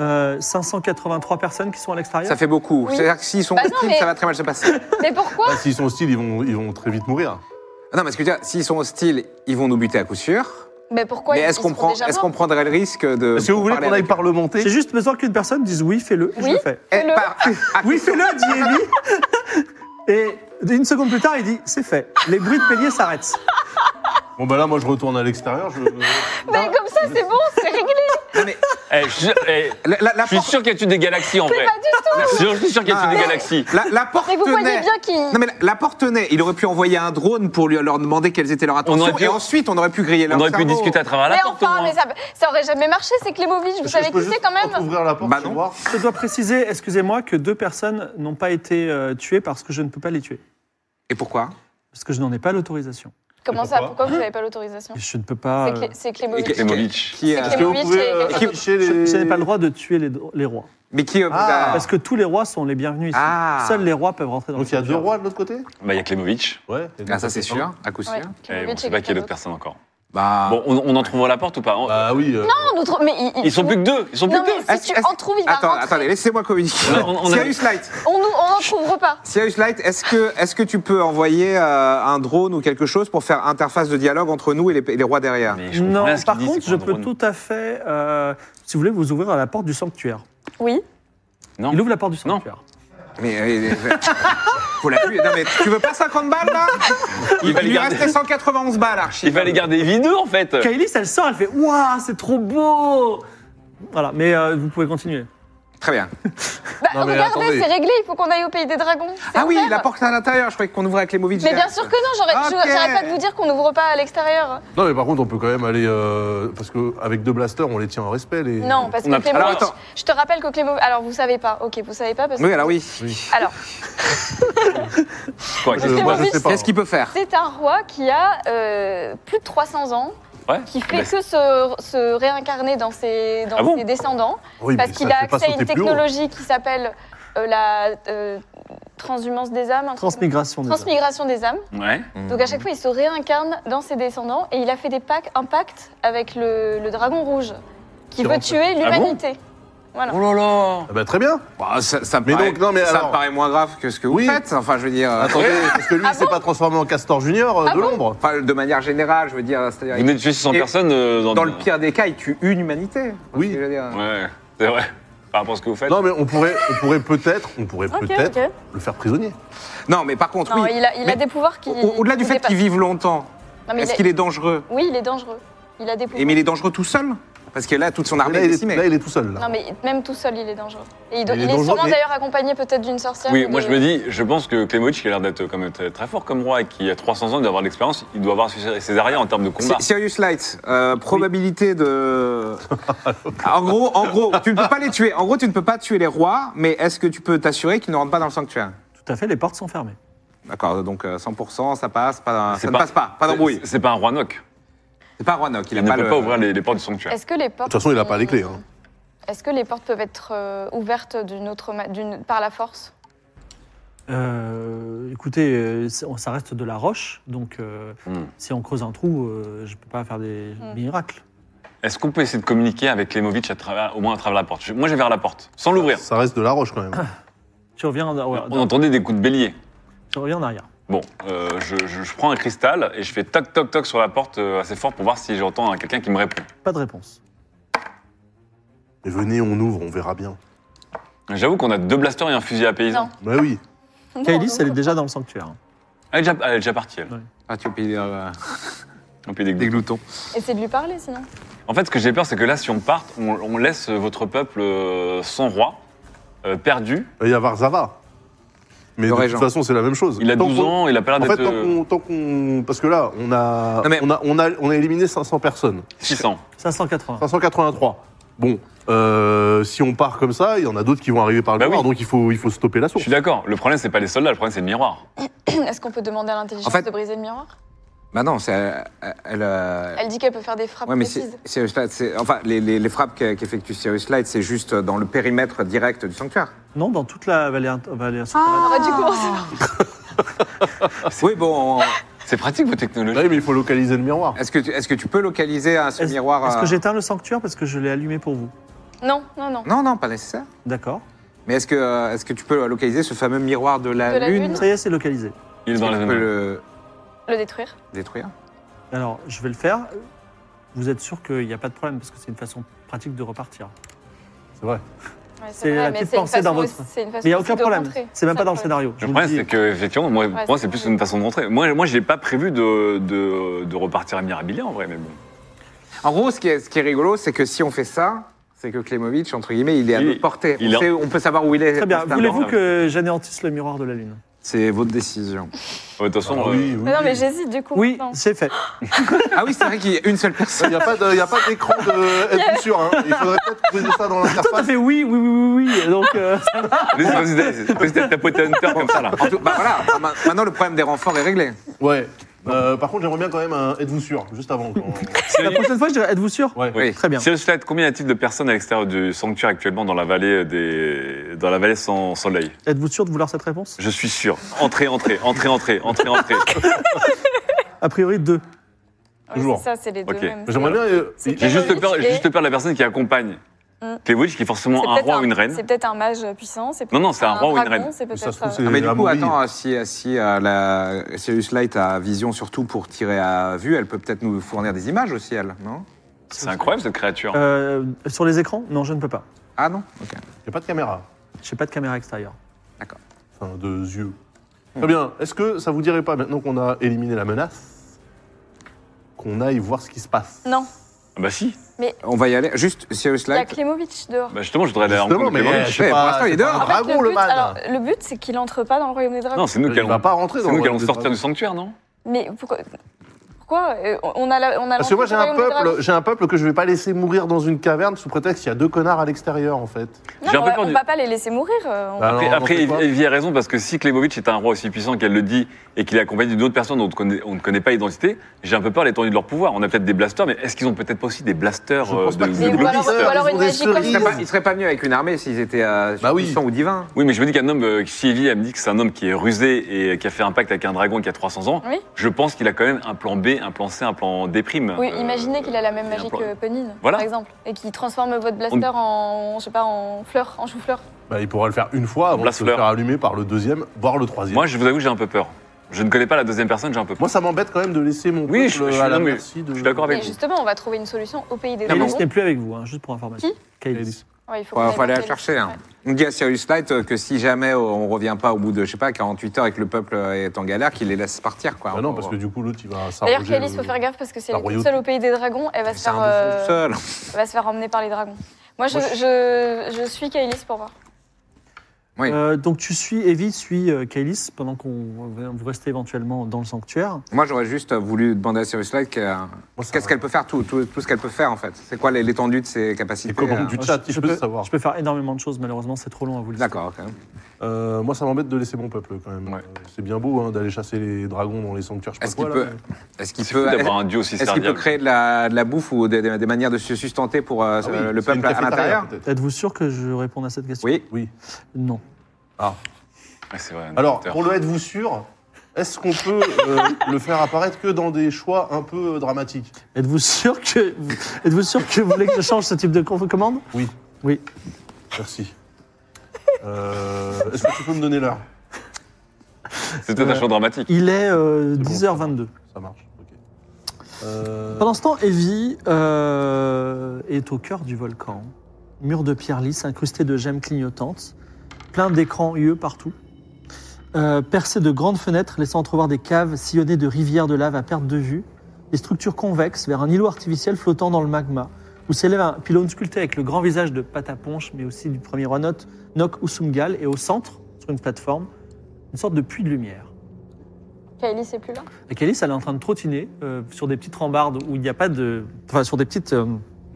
C: euh, 583 personnes qui sont à l'extérieur
B: Ça fait beaucoup.
D: Oui.
B: C'est-à-dire que s'ils sont
D: Bah non,
B: hostiles,
D: mais-
B: ça va très mal se passer.
D: Mais pourquoi
F: Ah, S'ils sont hostiles, ils vont, ils vont très vite mourir.
B: non, mais ce que je veux dire, s'ils sont hostiles, ils vont nous buter à coup sûr.
D: Mais pourquoi
B: mais
D: ils-
B: est-ce
D: ils
B: qu'on
D: sont
B: prend,
D: déjà
B: est-ce
D: morts
B: qu'on prendrait le risque de
F: Est-ce que vous voulez qu'on
B: Euh, parler
F: aille
B: avec-
F: parlementer
C: J'ai juste besoin qu'une personne dise oui, fais-le, et je
D: Oui.
C: le fais.
B: Eh,
D: Fais-le.
B: par- Ah,
C: Oui, fais-le, dit Evie. Et une seconde plus tard, il dit c'est fait. Les bruits de bélier s'arrêtent.
F: Bon, bah là, moi, je retourne à l'extérieur. Je...
D: Mais Bah, comme ça, c'est bon, c'est réglé.
B: non, mais
E: Eh, je, eh,
B: la, la- la
E: je suis
B: porte-
E: sûr qu'elle tue des galaxies en vrai. Je suis sûr qu'elle tue
B: Ah,
E: des
B: non.
E: galaxies.
B: La, la porte
D: Mais vous voyez
B: tenait.
D: bien qu'il.
B: Non mais la, la porte tenait. Il aurait pu envoyer un drone pour lui, leur demander quelles étaient leurs
E: aurait
B: intentions
E: pu-
B: et ensuite on aurait pu griller leur
E: On aurait pu
B: cerveau.
E: discuter à travers la
D: Mais
E: porte. au
D: enfin,
E: moins.
D: mais ça, ça aurait jamais marché, c'est Clémovic, vous
F: Est-ce que
D: savez
F: je peux
D: qui c'est
F: juste
D: quand même
F: ouvrir la porte,
B: Bah
F: tu
B: non.
F: vois
C: Je dois préciser, excusez-moi, que deux personnes n'ont pas été euh, tuées parce que je ne peux pas les tuer.
B: Et pourquoi
C: Parce que je n'en ai pas l'autorisation.
D: Comment ça
F: pourquoi
D: Pourquoi vous n'avez pas l'autorisation
C: Et Je ne peux pas.
D: C'est Clé- C'est
B: Et
D: Clémovic.
B: que-
E: Klemovic.
B: Qui, euh,
D: C'est
F: Est-ce que vous
D: Oui,
F: pouvez
D: c'est-
F: euh,
D: et qui-
F: afficher
C: euh,
F: les.
C: je, je n'ai pas le droit de tuer les, les rois.
B: Mais qui euh, vous
F: Ah.
B: a-
C: Parce que tous les rois sont les bienvenus ici.
B: Ah.
C: Seuls les rois peuvent rentrer dans
F: Donc,
C: le
F: il y a deux
C: sanctuaire.
F: rois de l'autre côté
E: Bah, il y a Klemovic.
F: Ouais.
B: Ah, ça c'est sûr, à coup sûr.
D: Ouais,
E: Eh,
D: Klemovic
E: bon, je
D: et
E: sais
D: quelqu'un
E: pas qui est l'autre
D: d'autre.
E: personne encore.
B: Bah.
E: Bon, on, on en trouvera la porte ou pas
F: Bah oui. euh,
D: Non, nous trou- mais il- il-
E: Ils sont plus que deux. Ils sont plus
D: Non,
E: que deux.
D: mais si tu en trouves, il va
B: Attends,
D: rentrer.
B: attendez, laissez-moi communiquer.
E: Ouais, on- on a-
B: Sirius Light,
D: On nous- on n'en trouvera pas.
B: Sirius Light, est-ce que, est-ce que tu peux envoyer euh, un drone ou quelque chose pour faire interface de dialogue entre nous et les, et les rois derrière
E: Mais je comprends
C: Non,
E: rien à ce
C: par
E: qu'il dit,
C: contre,
E: c'est
C: je
E: pas un
C: peux
E: drone.
C: tout à fait, euh, si vous voulez, vous ouvrir à la porte du sanctuaire.
D: Oui.
E: Non.
C: Il ouvre la porte du
E: Non.
C: sanctuaire.
B: Mais euh, euh, faut la tuer. Non mais tu veux pas 50 balles là Il,
E: va les
B: lui
E: garder.
B: restait 191 balles,
E: Il
B: Archie.
E: fallait garder videux en fait.
C: Kailis, elle sort, elle fait Waouh, c'est trop beau Voilà, mais euh, vous pouvez continuer.
B: Très bien.
D: Bah,
F: Non, mais
D: regardez,
F: attendez.
D: c'est réglé, il faut qu'on aille au pays des dragons. c'est
B: Ah oui,
D: ouvert.
B: la porte est à l'intérieur. Je croyais qu'on ouvrait avec les movies.
D: bah. Mais bien sûr que non, j'aurais
B: Ok.
D: je- j'arrête pas de vous dire qu'on n'ouvre pas à l'extérieur.
F: Non, mais par contre, on peut quand même aller. euh, Parce qu'avec deux blasters, on les tient en respect. Les...
D: Non, parce
E: On a-
D: que Clément.
B: Alors, attends.
D: je te rappelle que Clément. Alors vous savez pas, ok, vous savez pas parce que.
B: Oui, alors oui.
D: Alors,
E: Quoi,
F: Je-
E: qu'est-ce que-
F: moi, je sais pas.
B: Qu'est-ce qu'il peut faire
D: c'est un roi qui a euh, plus de 300 ans,
E: Ouais.
D: qui
E: Bah,
D: fait que se, se réincarner dans ses, dans
E: Ah bon
D: ses descendants,
F: Oui,
D: parce
F: mais
D: qu'il
F: ça
D: a
F: fait pas
D: accès à une
F: sauter plus haut.
D: technologie qui s'appelle euh, la euh, transhumance des âmes. un truc comme-
C: Transmigration des âmes.
D: Transmigration des âmes.
E: Ouais.
F: Mmh.
D: Donc à chaque fois, il se réincarne dans ses descendants et il a fait des pactes, un pacte avec le, le dragon rouge qui
F: Qui
D: veut
F: rentre.
D: tuer
E: Ah bon
D: l'humanité. voilà.
E: Oh là là.
F: Ah bah, très bien.
B: Bah, ça, ça me
F: Mais
B: paraît,
F: donc, non, mais
B: ça
F: alors-
B: me paraît moins grave que ce que vous
F: Oui.
B: faites. Enfin, je veux dire, euh,
F: Attendez, parce que lui,
D: Ah
F: il s'est
D: bon
F: pas transformé en Castor Junior euh,
D: Ah
F: de
D: bon
F: l'ombre.
B: enfin, de manière générale, je veux dire,
E: Vous
B: c'est-à-dire,
E: venez de tuer 600
B: Et-
E: personnes euh, dans,
B: dans le pire des cas, il tue une humanité.
F: Oui.
B: Je veux dire.
E: Ouais, c'est vrai. Par rapport à ce que vous faites.
F: Non, mais on pourrait, on pourrait peut-être, on pourrait
D: Ah, Ok,
F: peut-être
D: ok.
F: le faire prisonnier.
B: Non, mais par contre,
D: Non,
B: oui.
D: il a, il a
B: Mais
D: des pouvoirs qui.
B: au- Au-delà du
D: qui
B: fait qu'il
D: dépassent.
B: vive longtemps,
D: Non, mais il
B: est-ce
D: est-
B: qu'il est dangereux
D: Oui, il est dangereux. Il a des pouvoirs.
B: Et mais il est dangereux tout seul Parce que là, toute son armée
F: Là
B: est
F: il, est,
B: décimée.
F: là, il est tout seul. Là.
D: Non, mais même tout seul, il est dangereux. Et il, doit-
F: Il est
D: il est,
F: dangereux,
D: sûrement
F: mais-
D: d'ailleurs accompagné peut-être d'une sorcière.
E: Oui,
D: ou
E: moi
D: de-
E: je me dis, je pense que Klemovic, qui a l'air d'être euh, quand même très, très fort comme roi et qui a 300 ans, il doit avoir de l'expérience, il doit avoir ses ses arrières en termes de combat.
B: Si- Sirius Light, euh, probabilité de. en gros, en gros, tu ne peux pas les tuer. En gros, tu ne peux pas tuer les rois, mais est-ce que tu peux t'assurer qu'ils ne rentrent pas dans le sanctuaire
C: Tout à fait, les portes sont fermées.
B: D'accord, donc euh, 100%, ça passe, pas,
E: C'est
B: ça
E: pas-
B: ne passe pas, pas d'embrouille.
E: C'est- C'est pas un roi Noc.
B: C'est pas Roanoke, ah il
E: Il
B: a
E: ne
B: pas
E: peut
B: le.
E: pas ouvrir les, les portes du sanctuaire.
D: Est-ce que les
F: De
D: portes.
F: toute façon, il a pas
D: sont-
F: les clés. hein.
D: Est-ce que les portes peuvent être euh, ouvertes d'une autre ma- d'une- par la force
C: Euh, écoutez, euh, c'est- on- ça reste de la roche, donc euh,
E: Hmm.
C: si on creuse un trou, euh, je peux pas faire des
D: Hmm.
C: miracles.
E: Est-ce qu'on peut essayer de communiquer avec Klemovic à travers, au moins à travers la porte Je- Moi, j'ai vers la porte, sans l'ouvrir.
F: Ça reste de la roche quand même.
C: Tu reviens, en- ouais,
E: Hmm. On entendait des coups de bélier.
C: tu reviens en arrière.
E: Bon, euh, je, je- je prends un cristal et je fais toc toc toc sur la porte euh, assez fort pour voir si j'entends euh, quelqu'un qui me répond.
C: Pas de réponse.
F: Et venez, on ouvre, on verra bien.
E: J'avoue qu'on a deux blasters et un fusil à paysan.
D: Non.
F: Bah oui.
D: Non,
C: Kailis,
D: non.
C: elle est déjà dans le sanctuaire. hein.
E: Elle est déjà, elle est déjà partie, elle.
B: Ah, tu es au pays des, euh,
E: Un peu dégoûtée.
B: des gloutons.
D: Essayez de lui parler sinon.
E: En fait, ce que j'ai peur, c'est que là, si on part, on, on laisse votre peuple euh, sans roi, euh, perdu.
F: Il va y avoir Zava. Mais
B: Le
F: de
B: régent.
F: toute façon, c'est la même chose.
E: Il a
F: Tant
E: 12
F: qu'on-
E: ans, il a pas
F: En
E: l'air
F: fait,
E: d'être
F: tant
E: euh,
F: qu'on, tant qu'on- Parce que là, on a,
B: Non, mais-
F: on, a, on, a, on a éliminé 500 personnes.
E: 600.
C: 580.
F: 583. Bon, euh, si on part comme ça, il y en a d'autres qui vont arriver par le
E: Bah
F: nord,
E: oui.
F: donc il faut, il faut stopper la
E: Je
F: source.
E: suis d'accord. Le problème, c'est pas les soldats, le problème, c'est le miroir.
D: Est-ce qu'on peut demander à l'intelligence
B: En fait-
D: de briser le miroir
B: Bah non, c'est. euh, Elle. euh,
D: Elle dit qu'elle peut faire des frappes
B: Ouais, mais
D: précises.
B: c'est- Cyrus Light, c'est- enfin, les, les- les frappes qu'a- qu'effectue Cyrus Light, c'est juste dans le périmètre direct du sanctuaire.
C: Non, dans toute la vallée, int- vallée
D: On
C: souterraine.
D: aurait dû commencer par-
B: Oui, bon, on-
E: Ah, C'est pratique, vos technologies.
F: Bah Oui, mais il faut localiser le miroir.
B: est-ce que, tu- est-ce que tu peux localiser un, ce
C: Est-ce
B: miroir
C: est-ce
B: euh,
C: que j'éteins le sanctuaire parce que je l'ai allumé pour vous
D: Non, non, non.
B: Non, non, pas nécessaire.
C: D'accord.
B: Mais est-ce que, euh, est-ce que tu peux localiser ce fameux miroir de la,
D: De la lune.
C: Ça y est, c'est localisé.
E: Il est
B: Est-ce que
E: dans
B: tu
E: les
B: peux
E: annales.
B: le
D: Le détruire.
B: détruire
C: Alors, je vais le faire. Vous êtes sûr qu'il n'y a pas de problème parce que c'est une façon pratique de repartir.
F: C'est vrai.
D: Ouais,
C: C'est la
D: vrai,
C: petite
D: mais c'est une
C: pensée dans
D: façon
C: votre-
D: aussi- c'est une façon
C: Mais il n'y a
D: aussi
C: aucun
D: de
C: problème.
D: rentrer.
C: C'est même
D: Ça,
C: pas dans le scénario. je
E: Le
C: vous le
E: problème,
C: dis.
E: c'est que, effectivement, moi, pour moi,
D: c'est
E: c'est plus
D: vrai.
E: une façon de rentrer. Moi, moi j'ai pas prévu de, de, de repartir à Mirabilia, en vrai, mais bon.
B: En gros, ce qui est, ce qui est rigolo, c'est que si on fait ça, c'est que Klemovic, entre guillemets, il est à
E: Il-
B: notre portée.
E: il
B: on,
E: est-
B: sait- on peut savoir où il est.
C: Très bien.
B: constamment.
C: Voulez-vous que j'anéantisse le miroir de la lune
B: C'est votre décision.
E: Ouais, De toute façon,
F: Ah
E: euh,
F: oui, oui.
D: Mais non, mais j'hésite du coup.
C: Oui,
D: Non.
C: c'est fait.
B: Ah oui, c'est vrai qu'il y a une seule
F: Il
B: personne.
F: n'y a pas de- il y a pas d'écran de N plus sûr. hein. Il faudrait peut-être poser ça dans
C: Toi, t'as
F: l'interface.
C: fait oui, oui, oui, oui, oui. Donc, euh,
E: Vas-y, vas-y, vas-y, vas-y, t'as tapoté Hunter comme ça là.
F: Ah,
B: En tout- bah voilà, ma- maintenant le problème des renforts est réglé.
F: Ouais. Euh, par contre, j'aimerais bien quand même un êtes-vous sûr, juste avant. quand-
C: la prochaine fois, je dirais êtes-vous sûr
F: Ouais.
B: Oui.
C: Très bien.
E: Cyrus Light, combien y a-t-il de personnes à l'extérieur du sanctuaire actuellement dans la vallée, des... dans la vallée sans soleil
C: Êtes-vous sûr de vouloir cette réponse
E: Je suis sûr. Entrez, entrez, entrez, entrez, entrez, entrez.
C: A priori, deux.
D: Ouais,
F: Toujours.
D: c'est ça, c'est les deux
E: Ok.
D: mêmes.
F: J'aimerais bien. euh,
D: C'est
E: J'ai juste
D: Clémovitch
E: peur, j'ai
D: et-
E: juste peur de la personne qui accompagne
D: Mm.
E: Cléwitch, qui est
D: C'est
E: forcément un
D: peut-être
E: roi ou une
D: C'est
E: reine.
D: peut-être un mage puissant. c'est
E: Non, non,
D: peut-être
E: c'est un roi ou une
D: dragon,
E: reine.
D: C'est
F: ça se
D: peut-être.
F: trouve,
D: euh,
F: c'est
B: Ah, mais du coup,
F: Amaury.
B: attends, si, si euh, la Sirius Light a vision surtout pour tirer à vue, elle peut peut-être nous fournir des images aussi, elle, non
E: C'est incroyable cette créature.
C: Euh, sur les écrans Non, je ne peux pas.
B: Ah non Ok.
F: Il n'y a pas de caméra.
C: J'ai pas de caméra extérieure.
F: Enfin, de yeux. Très bien. Est-ce que ça vous dirait pas, maintenant qu'on a éliminé la menace, qu'on aille voir ce qui se passe
D: Non,
E: Ah Bah si.
B: On va y aller. Juste, Sirius
D: il y a
B: Light.
D: Klemovic dehors.
E: Bah justement, je voudrais aller
F: Justement,
E: rencontrer
F: mais voilà,
E: Cléwitch.
F: je
B: Ouais,
F: sais
B: pour
F: pas.
B: l'instant, il est
F: c'est pas
B: dehors.
F: un
D: En fait,
F: dragon,
D: le
F: le
D: but, alors,
F: man.
D: le but, c'est qu'il entre pas dans le royaume des dragons.
E: Non, c'est nous qui
F: Il
E: allons,
F: va pas rentrer
E: c'est
F: dans
E: nous
F: le
E: qui allons
F: royaume des
E: sortir
F: dragons.
E: du sanctuaire, non
D: Mais pourquoi Pourquoi euh, On a la, on a
F: Parce que moi, j'ai
D: l'entrée
F: un
D: du royaume des
F: peuple,
D: dragons.
F: j'ai un peuple que je vais pas laisser mourir dans une caverne sous prétexte qu'il y a deux connards à l'extérieur, en fait.
D: Non,
E: J'ai un
D: on
E: peu
D: va-
E: peur
D: on
E: du-
D: va pas les laisser mourir. euh, on-
F: Bah,
E: Après,
F: Alors,
E: après
F: on fait quoi
E: Evie a raison parce que si Klebovitch est un roi aussi puissant qu'elle le dit et qu'il est accompagné d'une autre personne dont on, connaît- on ne connaît pas l'identité, j'ai un peu peur de l'étendue de leur pouvoir. On a peut-être des blasters, mais est-ce qu'ils ont peut-être pas aussi des blasters
F: Je
E: euh,
F: pense
E: de,
F: pas
E: de
F: qu'ils aient des
D: Ou alors-
E: globistes
D: ou alors une
F: ils ont des
D: magie cosmique.
B: Il serait, pas,
F: cerises.
B: il serait pas mieux avec une armée s'ils étaient euh,
F: Bah oui.
B: surpuissants ou divins.
E: Oui, mais je me dis qu'un homme, euh, si Evie elle me dit que c'est un homme qui est rusé et qui a fait un pacte avec un dragon qui a 300 ans,
D: Oui.
E: je pense qu'il a quand même un plan B, un plan C, un plan D prime.
D: Oui,
E: Euh,
D: imaginez qu'il a la même
E: et un
D: magie
E: plan-
D: que Ponine,
E: Voilà.
D: par exemple, et qu'il transforme votre blaster en, je sais pas, en fleur, en chou-fleur.
F: Bah, il pourra le faire une fois avant de
E: Place
F: se
E: fleur.
F: faire allumer par le deuxième, voire le troisième.
E: Moi, je vous avoue que j'ai un peu peur. Je ne connais pas la deuxième personne, j'ai un peu peur.
F: Moi, ça m'embête quand même de laisser mon
E: Oui,
F: peuple
E: je- je-
F: à la
E: non, Ah, mais
F: merci de.
E: je suis d'accord avec
D: Et
E: vous.
D: justement, on va trouver une solution au pays des
B: Non, mais
C: Kailis
D: dragons.
C: n'est plus avec vous, hein, juste pour information.
D: Qui
C: Kailis.
D: Ouais, il faut
B: Il
D: qu'on
B: faut aller la
D: aille
B: chercher. hein. On
D: Ouais.
B: dit à Sirius Light euh, que si jamais euh, on revient pas au bout de, je sais pas, 48 heures et que le peuple euh, est en galère, qu'il les laisse partir, quoi.
F: Bah non, parce que du coup, l'autre, il va s'arranger.
D: D'ailleurs, Kailis,
F: le-
D: faut faire gaffe parce que si
F: la
D: elle est toute
F: royauté.
D: seule au pays des dragons, elle va se
B: euh, C'est un
D: faire,
B: bouffon
D: euh,
B: seul.
D: elle va se faire emmener par les dragons. Moi, je,
B: Moi,
D: je, je suis Kailis pour voir.
B: Oui.
C: Euh, donc tu suis, Evie suit euh, Kailis pendant qu'on vous restez éventuellement dans le sanctuaire.
B: Moi, j'aurais juste voulu demander à Sirius Light que-
F: Moi, ça
B: qu'est-ce
F: va.
B: qu'elle peut faire, tout, tout, tout ce qu'elle peut faire, en fait. C'est quoi l'étendue de ses capacités
F: Et comment
B: euh,
F: du chat,
C: je,
F: je
C: peux,
F: peux savoir.
C: je peux faire énormément de choses, malheureusement c'est trop long à vous le dire.
B: D'accord, ok.
F: Euh, moi, ça m'embête de laisser mon peuple quand même.
E: Ouais.
F: Euh, C'est bien beau hein, d'aller chasser les dragons dans les sanctuaires, je sais
B: Est-ce
F: pas
B: qu'il
F: quoi.
B: peut,
F: là,
B: est-ce qu'il
E: C'est fou
B: peut,
E: d'avoir un dieu aussi
B: est-ce qu'il peut
E: serviable.
B: créer de la, de la bouffe ou des, des- des manières de se sustenter pour euh,
F: mais- Ah oui,
B: le
F: c'est une
B: peuple à
F: cafétéria,
B: l'intérieur
F: peut-être.
C: Êtes-vous sûr que je réponde à cette question
B: Oui.
F: Oui.
C: Non.
E: Ouais, c'est vrai, un
F: Alors,
E: acteur.
F: pour le être vous sûr, est-ce qu'on peut euh, le faire apparaître que dans des choix un peu euh, dramatiques
C: Êtes-vous sûr que êtes-vous sûr que vous voulez que je change ce type de com- commande
F: Oui.
C: Oui.
F: Merci. Euh, est-ce que tu peux me donner l'heure
E: C'est peut-être un chant dramatique.
C: Il est euh,
F: C'est bon.
C: 10h22.
F: Ça marche, ok. Euh,
C: Pendant ce temps, Evie euh, est au cœur du volcan. Mur de pierre lisse incrusté de gemmes clignotantes, plein d'écrans UE partout, euh, percé de grandes fenêtres laissant entrevoir des caves sillonnées de rivières de lave à perte de vue, des structures convexes vers un îlot artificiel flottant dans le magma, où s'élève un pylône sculpté avec le grand visage de Pataponche, mais aussi du premier roi note, Nok Usumgal, et au centre, sur une plateforme, une sorte de puits de lumière.
D: Kylie, c'est plus là.
C: La calice, elle est en train de trottiner euh, sur des petites rambardes où il n'y a pas de. Enfin, sur des petites. euh,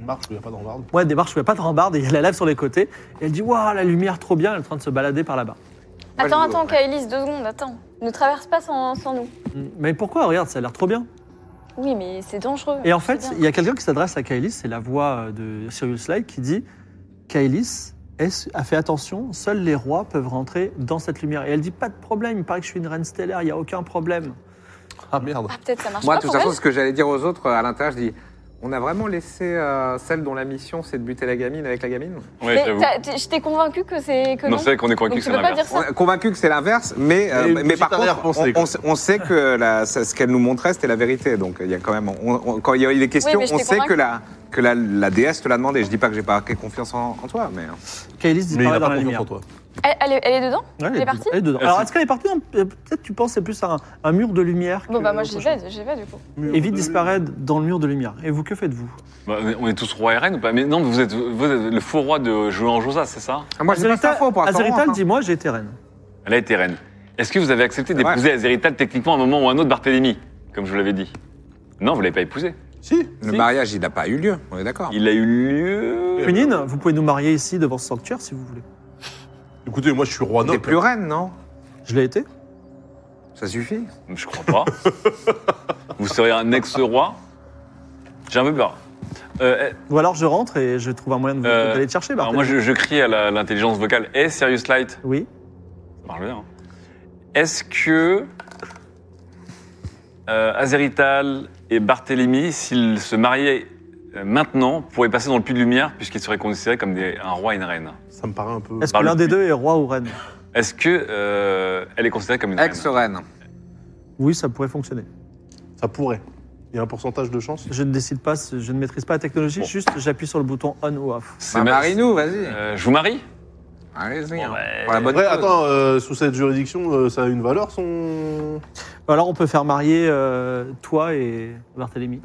F: Marche, il n'y a pas d'embarde.
C: ouais, des marches où il n'y a pas de rambardes et il y a la lave sur les côtés. Et elle dit Waouh, la lumière, trop bien. Elle est en train de se balader par là-bas.
D: Attends,
B: je vois,
D: attends, Kylie, deux secondes, attends. Ne traverse pas sans, sans nous.
C: Mm, Mais pourquoi Regarde, ça a l'air trop bien.
D: Oui, mais c'est dangereux.
C: Et en
D: Ah, c'est
C: fait,
D: bien.
C: il y a quelqu'un qui s'adresse à Kaelis, c'est la voix euh, de Sirius Light qui dit Kaelis est- a fait attention, seuls les rois peuvent rentrer dans cette lumière. Et elle dit Pas de problème, il paraît que je suis une reine stellaire, il n'y a aucun problème.
F: Ah merde.
D: Ah, peut-être ça marche
B: Moi,
D: pas
B: de toute
D: pour
B: façon,
D: elle.
B: ce que j'allais dire aux autres euh, à l'intérieur, je dis on a vraiment laissé euh, celle dont la mission c'est de buter la gamine avec la gamine
E: Ouais,
D: Mais
E: j'avoue.
D: t'as- t'es- je t'ai convaincu que c'est que non.
E: Non, c'est vrai qu'on est convaincu
D: Donc
E: que
D: tu
E: c'est
D: peux pas dire
E: l'inverse.
B: On
D: ça.
B: est convaincu que c'est l'inverse, mais, euh,
F: Et une
B: mais
F: petite
B: par contre, on,
F: arrière-pensée, quoi.
B: on sait- on sait que la- ça- ce qu'elle nous montrait, c'était la vérité. Donc, il y a quand même, on- on- quand il y a eu des questions,
D: Oui, mais je
B: on
D: t'ai
B: sait
D: convaincu.
B: que la, que la, la déesse te l'a demandé. Je dis pas que j'ai pas confiance en, en toi, mais
C: Kaelis
F: Mais il
C: disparaît dans
F: n'a pas
C: la
F: confiance
C: lumière.
F: en toi.
D: Elle, elle est, elle est dedans
C: Ouais,
D: Elle est partie
C: elle est dedans.
E: Elle
C: Alors,
E: s'est-
C: est-ce qu'elle est partie non, Peut-être tu pensais plus à un, un mur de lumière.
D: Bon,
C: que
D: bah moi,
C: autre
D: j'y
C: chose.
D: vais, j'y vais du coup.
C: Et vite disparaît dans le mur de lumière. Et vous, que faites-vous
B: Ah,
E: Bah, on est- on est tous roi et reine ou pas Mais non, vous êtes, vous êtes le faux roi de Juan Josas, c'est ça
B: Ah, moi, j'ai pas cette info pour l'instant,
C: Azerital
B: hein.
C: dit Moi, j'ai été reine.
E: Elle a été reine. Est-ce que vous avez accepté
B: Ouais.
E: d'épouser Azerital techniquement à un moment ou à un autre Barthélemy Comme je vous l'avais dit. Non, vous l'avez pas épousé.
F: Si.
B: Le
E: Si.
B: mariage, il n'a pas eu lieu. On est d'accord.
E: Il a eu lieu.
C: Punine, vous pouvez nous marier ici devant ce sanctuaire si vous voulez.
F: Écoutez, moi je suis roi
B: T'es
F: noble.
B: plus reine, non
C: Je l'ai été
B: Ça suffit.
E: Je crois pas. vous serez un ex-roi J'ai un peu peur. Euh,
C: Ou alors je rentre et je trouve un moyen de vous-
E: Euh,
C: d'aller te chercher,
E: alors
C: Barthélemy.
E: moi, je, je crie à la- l'intelligence vocale. Eh, Sirius Light
C: Oui.
E: Ça marche bien. hein. Est-ce que euh, Azerital et Barthélemy, s'ils se mariaient euh, maintenant, pourraient passer dans le puits de lumière puisqu'ils seraient considérés comme des- un roi et une reine
F: Ça me paraît un peu.
C: Est-ce que
E: Par le
C: l'un des
E: puits.
C: deux est roi ou reine
E: Est-ce que euh, elle est considérée comme une reine
B: Ex-reine.
C: Oui, ça pourrait fonctionner.
F: Ça pourrait. Il y a un pourcentage de chance.
C: Je ne décide pas, je ne maîtrise pas la technologie,
E: Bon.
C: juste j'appuie sur le bouton on ou off.
E: C'est
B: Bah,
E: ma-
B: Marie-nous, vas-y.
E: Euh, je vous marie
B: Allez-y.
E: bon,
B: hein.
E: bah,
B: Pour la bonne
F: Après,
B: cause.
F: attends, euh, sous cette juridiction, euh, ça a une valeur son.
C: Alors on peut faire marier euh, toi et Barthélemy.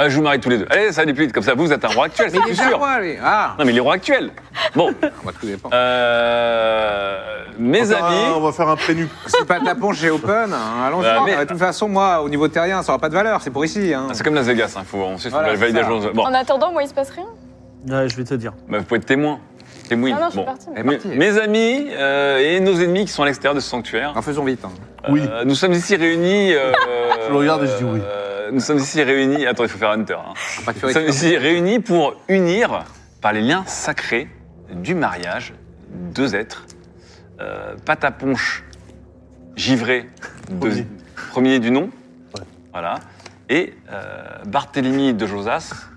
E: Ah, Je vous marie tous les deux. Allez, ça va aller plus vite. Comme ça, vous êtes un roi actuel, c'est
B: Mais
E: plus
B: déjà,
E: sûr.
B: moi, allez. Ah,
E: Non, mais les rois actuels. Bon,
B: bah, tout dépend.
E: euh,
F: On
E: mes
F: va faire un- on
E: amis.
F: va faire un prénu.
B: Si pas de la ponche chez Open, hein, allons-y.
E: Bah, mais-
B: De toute façon, moi, au niveau terrien, ça n'aura pas de valeur, c'est pour ici. hein.
E: C'est comme Las Vegas, hein. faut, ensuite, faut
B: Voilà, c'est
E: valider.
B: ça.
E: la chose. Bon,
D: En attendant, moi, il se passe rien.
C: Ouais, je vais te dire.
E: bah, vous pouvez être témoin. Témoin.
D: Non, non, je suis
E: bon.
D: partie.
B: Eh,
E: Mes,
B: parti.
E: mes amis euh, et nos ennemis qui sont à l'extérieur de ce sanctuaire,
B: Alors, faisons vite. hein.
E: euh,
F: Ah, Oui.
E: nous sommes ici réunis. euh,
F: Je le regarde et je dis oui.
E: euh, nous sommes ici réunis. Attends, il faut faire Hunter. hein.
B: Faut Pas de
E: Nous
B: furie.
E: sommes ici réunis pour unir par les liens sacrés du mariage deux êtres. Euh, Pataponche, givré, deux-
F: Premier.
E: premier. du nom.
F: Ouais.
E: Voilà. Et euh, Barthélemy de Josas,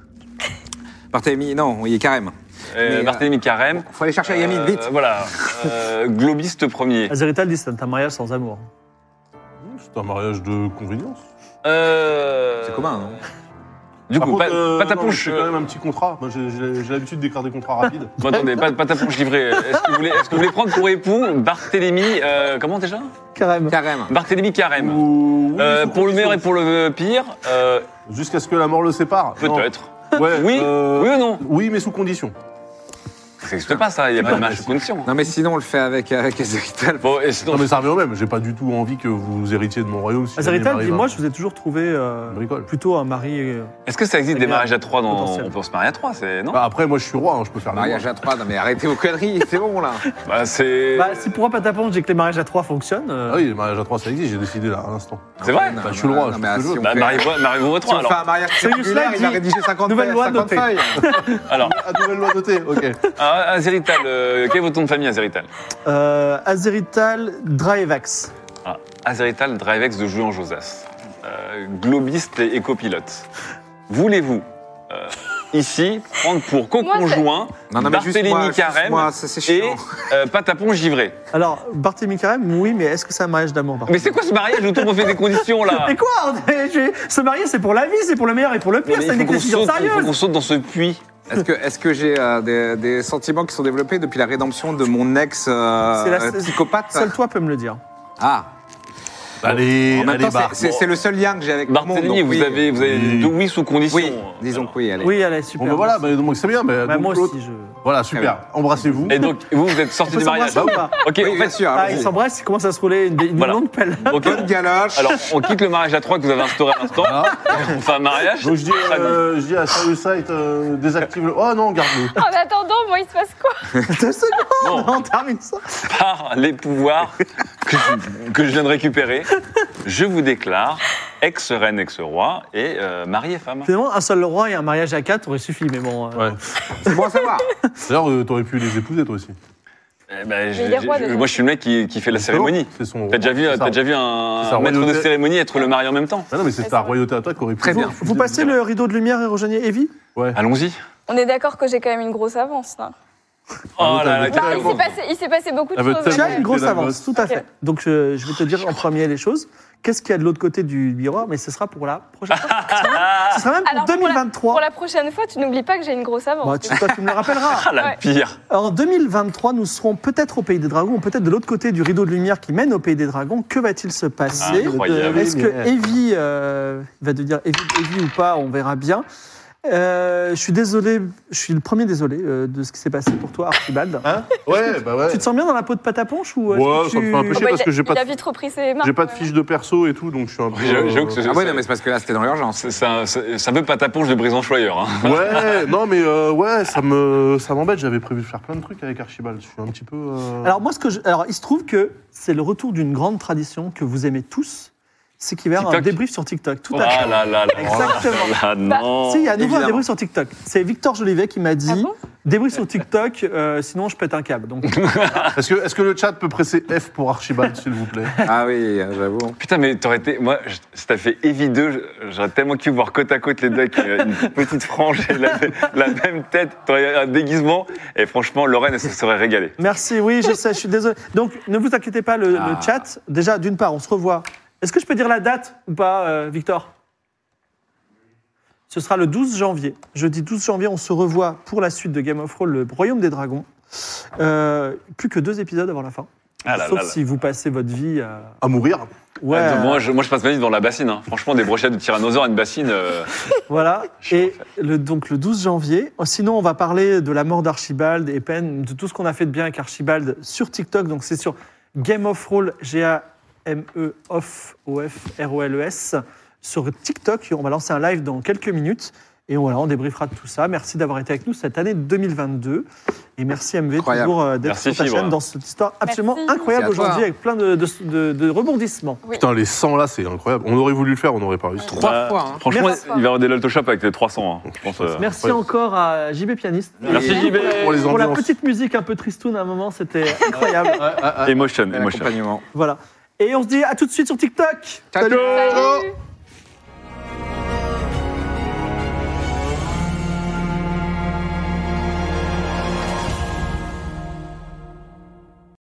B: Barthélemy, non, il est carême. Mais,
E: euh,
B: euh,
E: Barthélemy Carême.
B: Faut aller chercher Yamin,
E: Euh,
B: vite.
E: Voilà. Euh, globiste premier.
C: Azerital dit c'est un mariage sans amour.
F: C'est un mariage de convenience.
E: Euh,
B: C'est commun, non
E: Du
F: hein. Par
E: coup,
F: contre,
E: pas,
F: euh,
E: pas ta
F: non, mais
E: pouche.
F: C'est quand même un petit contrat. Moi, j'ai- j'ai j'ai l'habitude d'écrire des contrats rapides.
E: Bon, euh, attendez, pas, pas ta pouche livrée. Est-ce que, vous voulez- est-ce que vous voulez prendre pour époux Barthélemy. euh, comment déjà
C: Carême.
B: Carême.
E: Barthélemy Carême.
F: Ou- oui,
E: Euh,
F: sous
E: pour le meilleur et
F: condition.
E: pour le pire, euh,
F: Jusqu'à ce que la mort le sépare. Non.
E: peut-être.
F: Ouais,
E: Oui,
F: euh,
E: oui ou non
F: Oui, mais sous condition.
E: Ça n'existe pas, ça. Il n'y a pas de match de condition.
B: Non, mais sinon, on le fait avec, avec Ezerital.
E: Bon, et sinon,
F: Non, mais ça revient au même. J'ai pas du tout envie que vous héritiez de mon royaume. Si
C: Azerital
F: jamais il
C: dit
F: m'arrive
C: moi
F: un-
C: je vous ai toujours trouvé euh,
F: Bricole.
C: plutôt un mari. euh,
E: est-ce que ça existe des
C: Regarde,
E: mariages à trois dans...
C: potentiel.
E: On peut se marier à trois, c'est... Non
F: Bah, après, moi, je suis roi. hein, je peux faire le
B: Mariage
F: roi.
B: à trois, non mais arrêtez vos conneries, c'est bon là.
E: Bah, c'est...
C: Bah si pourquoi pas ta ponte, j'ai que les mariages à trois fonctionnent. euh,
F: Ah oui, le mariage à trois, ça existe. J'ai décidé là à l'instant.
E: C'est vrai
B: Non,
F: Bah, je suis le roi,
B: non,
F: je
B: mais ah,
F: fais ce que
B: si
F: je veux.
B: on
E: Bah,
B: fait-
E: mariez-vous mariez-vous à
B: Si
E: trois,
B: on fait un
E: alors.
B: mariage
C: Sirius
B: circulaire,
C: Light
B: il va
C: dit-
B: rédiger 50
C: Nouvelle loi
B: 50
C: notée.
B: feuilles.
E: Alors,
F: Ah, nouvelle loi notée. Ok.
E: ah, Azerital, euh, quel est votre nom de famille, Azerital
C: euh, Azerital Draevax.
E: Ah, Azerital Drivex de Juan Josas, Euh, globiste et, et copilote. Voulez-vous euh, ici prendre
D: Moi,
E: pour
D: c'est-
E: co-conjoint
B: Non, non, mais juste moi,
E: Barthélémy
B: juste
E: Carême
B: moi, ça, c'est
E: et
B: chiant.
E: euh, Patapon Givré.
C: Alors, Barthélémy Carême, oui, mais est-ce que c'est un mariage d'amour Barthélémy
E: Mais c'est quoi ce mariage où tout le monde fait des conditions là
C: Mais quoi on est- je- Se marier, c'est pour la vie, c'est pour le meilleur et pour le
E: Non,
C: pire,
E: mais
C: c'est une
E: il faut qu'on
C: décision
E: saute, il faut qu'on
C: sérieuse.
E: saute dans ce puits.
B: Est-ce que, est-ce que j'ai euh, des, des sentiments qui sont développés depuis la rédemption de mon ex euh,
C: C'est la seule-
B: psychopathe
C: Seul toi peut me le dire.
B: Ah,
F: Allez,
B: en même
F: allez, bah,
B: temps,
F: Bart.
B: c'est- c'est c'est le seul lien que j'ai avec le monde,
E: Barthélemy,
B: donc
E: vous
B: oui.
E: avez, vous avez
F: Oui.
E: deux oui sous condition.
B: Oui, disons que oui, allez.
C: Oui, allez,
F: Bon,
C: super.
F: ben voilà, ben, donc c'est bien. mais
C: Bah,
F: donc
C: moi
F: l'autre-
C: aussi, je.
F: Voilà, super. Embrassez-vous.
E: Ah Et donc, vous, vous êtes sorti
C: On peut
E: du mariage.
C: s'embrasser ou pas
E: Ok,
B: Oui,
E: en
B: bien
E: fait,
B: sûr.
C: Ah,
B: allons-y.
C: ils s'embrassent, ils commencent à se rouler une, une
E: Voilà.
C: longue pelle.
E: ok,
B: Bonne galoche.
E: Alors, on quitte le mariage à trois que vous avez instauré à l'instant.
F: Voilà.
E: On fait un mariage.
F: Ah. Donc je dis,
E: Très bien.
F: euh, je dis à Serious Site, euh, désactive le. Oh non, garde-le.
D: En attendant, moi, il se passe quoi
C: Deux secondes,
E: Non.
C: on termine ça.
E: par les pouvoirs que je, que je viens de récupérer, je vous déclare ex-reine, ex-roi et euh, mariée femme.
C: Finalement, un seul roi et un mariage à quatre aurait suffi, mais bon. euh,
F: Ouais.
B: C'est bon à savoir.
F: D'ailleurs, euh, t'aurais pu les épouser toi aussi.
E: Eh ben,
D: Mais il est roi,
E: je-
D: déjà.
E: moi, je suis le mec qui, qui fait la cérémonie.
F: C'est son.
E: T'as déjà vu, euh,
F: c'est sa-
E: t'as déjà vu
F: C'est
E: un
F: ça,
E: maître de
F: royauté.
E: cérémonie être le mari en même temps
F: Ah non, mais c'est
D: C'est
F: ta
D: ça.
F: royauté à toi qui aurait pu.
B: Très bien.
C: Vous passez le rideau de lumière et rejoignez Evie
F: Ouais.
E: Allons-y.
D: On est d'accord que j'ai quand même une grosse avance, là.
E: Oh là là,
F: Elle veut
D: Bah, il
F: tellement-
D: s'est passé, il s'est passé beaucoup de
F: Elle veut
D: choses. hein.
F: tellement-
C: Tu as
D: après.
C: une grosse
F: la
C: avance, tout à fait.
D: Ok.
C: Donc je, je vais te dire en premier les choses. Qu'est-ce qu'il y a de l'autre côté du miroir Mais ce sera pour la prochaine fois. Ce sera même- ce sera même pour
D: Alors, pour la-
C: 2023.
D: Pour la prochaine fois, tu n'oublies pas que j'ai une grosse avance.
C: Bah, tu, toi, tu me le rappelleras.
E: ah, la
D: Ouais.
E: pire.
C: En 2023, nous serons peut-être au Pays des Dragons, peut-être de l'autre côté du rideau de lumière qui mène au Pays des Dragons. Que va-t-il se
F: Ah,
C: passer
E: Incroyable.
C: Est-ce que
F: Lumière.
C: Evie euh, va devenir Evie, Evie ou pas On verra bien. Euh, je suis désolé, je suis le premier désolé euh, de ce qui s'est passé pour toi, Archibald.
F: Hein Ouais, bah ouais.
C: Tu te sens bien dans la peau de pataponche ou euh, est-ce
F: Ouais,
C: que
F: ça me
C: tu-
F: fait un peu
D: Oh,
F: chier
D: bah,
F: parce
D: il a-
F: que j'ai pas,
D: Il a
F: de-
D: vite repris ses marques.
F: j'ai pas de
D: ouais.
F: fiche de perso et tout, donc je suis un peu. euh,
E: J'avoue- j'avoue que ce-
B: Ah ouais, non, mais c'est parce que là, c'était dans l'urgence.
E: C'est c'est un, c'est- c'est un peu pataponge de brise en choyeur. hein.
F: Ouais, non, mais euh, ouais, ça me, ça m'embête. J'avais prévu de faire plein de trucs avec Archibald. Je suis un petit peu. euh,
C: Alors moi, ce que je- alors il se trouve que c'est le retour d'une grande tradition que vous aimez tous, c'est qu'il va y avoir un
E: TikTok.
C: débrief sur TikTok. Tout
E: Oh
C: à fait.
E: là là là là.
C: Exactement.
E: Ah non.
D: Bah,
C: Si, il y a à nouveau un
B: évidemment.
C: débrief sur TikTok. C'est Victor Jolivet qui m'a dit
D: Ah bon
C: débrief sur TikTok, euh, sinon je pète un câble. Donc
F: Est-ce que, est-ce que le chat peut presser F pour Archibald, s'il vous plaît
B: Ah oui, j'avoue.
E: Putain, mais t'aurais été. Moi, je- si t'as fait Evie 2, j'aurais tellement pu voir côte à côte les deux avec euh, une petite frange et la, la même tête, t'aurais un déguisement. Et franchement, Lorraine, elle se serait régalée.
C: merci. Oui, je sais, je suis désolé. Donc ne vous inquiétez pas, le, le
B: Ah.
C: chat. Déjà, d'une part, on se revoit. Est-ce que je peux dire la date ou pas, euh, Victor Ce sera le 12 janvier. Jeudi 12 janvier, on se revoit pour la suite de Game of Thrones, le Royaume des Dragons. Euh, plus que deux épisodes avant la fin.
E: Ah là
C: Sauf
E: là là.
C: si vous passez votre vie. euh,
F: À mourir
C: Ouais,
E: Ah, moi, je, moi, je passe ma vie dans la bassine. hein. Franchement, des brochettes de tyrannosaure à une bassine. euh,
C: voilà. Et le, donc le 12 janvier. Oh, Sinon, on va parler de la mort d'Archibald et peine, de tout ce qu'on a fait de bien avec Archibald sur TikTok. Donc c'est sur Game of Roll, G-A-M-E off, O-F, R-O-L-E-S, E sur TikTok. Et on va lancer un live dans quelques minutes. Et voilà, on débriefera de tout ça. Merci d'avoir été avec nous cette année 2022. Et merci MV
B: Incroyable.
C: toujours euh, d'être
E: Merci,
C: sur ta
E: Fibre.
C: chaîne dans cette histoire absolument
D: Merci.
C: incroyable
B: Merci à toi.
C: aujourd'hui avec plein de- de- de- de rebondissements.
D: Oui.
F: Putain, les 100 là, c'est incroyable. On aurait voulu le faire, on n'aurait pas réussi.
B: Trois
E: bah,
B: fois, hein.
E: Franchement,
C: Merci.
E: il va y avoir des Lottoshop avec les 300. hein, je pense, euh.
C: Merci
F: Ouais.
C: encore à JB Pianiste.
E: Merci,
D: JB.
F: Pour les
C: Pour la
F: ambiances.
C: petite musique un peu tristoun à un moment, c'était incroyable.
E: Emotion, emotion.
B: L'accompagnement.
C: voilà. Et on se dit à tout de suite sur TikTok.
B: Ciao,
C: Salut.
B: ciao.
D: Salut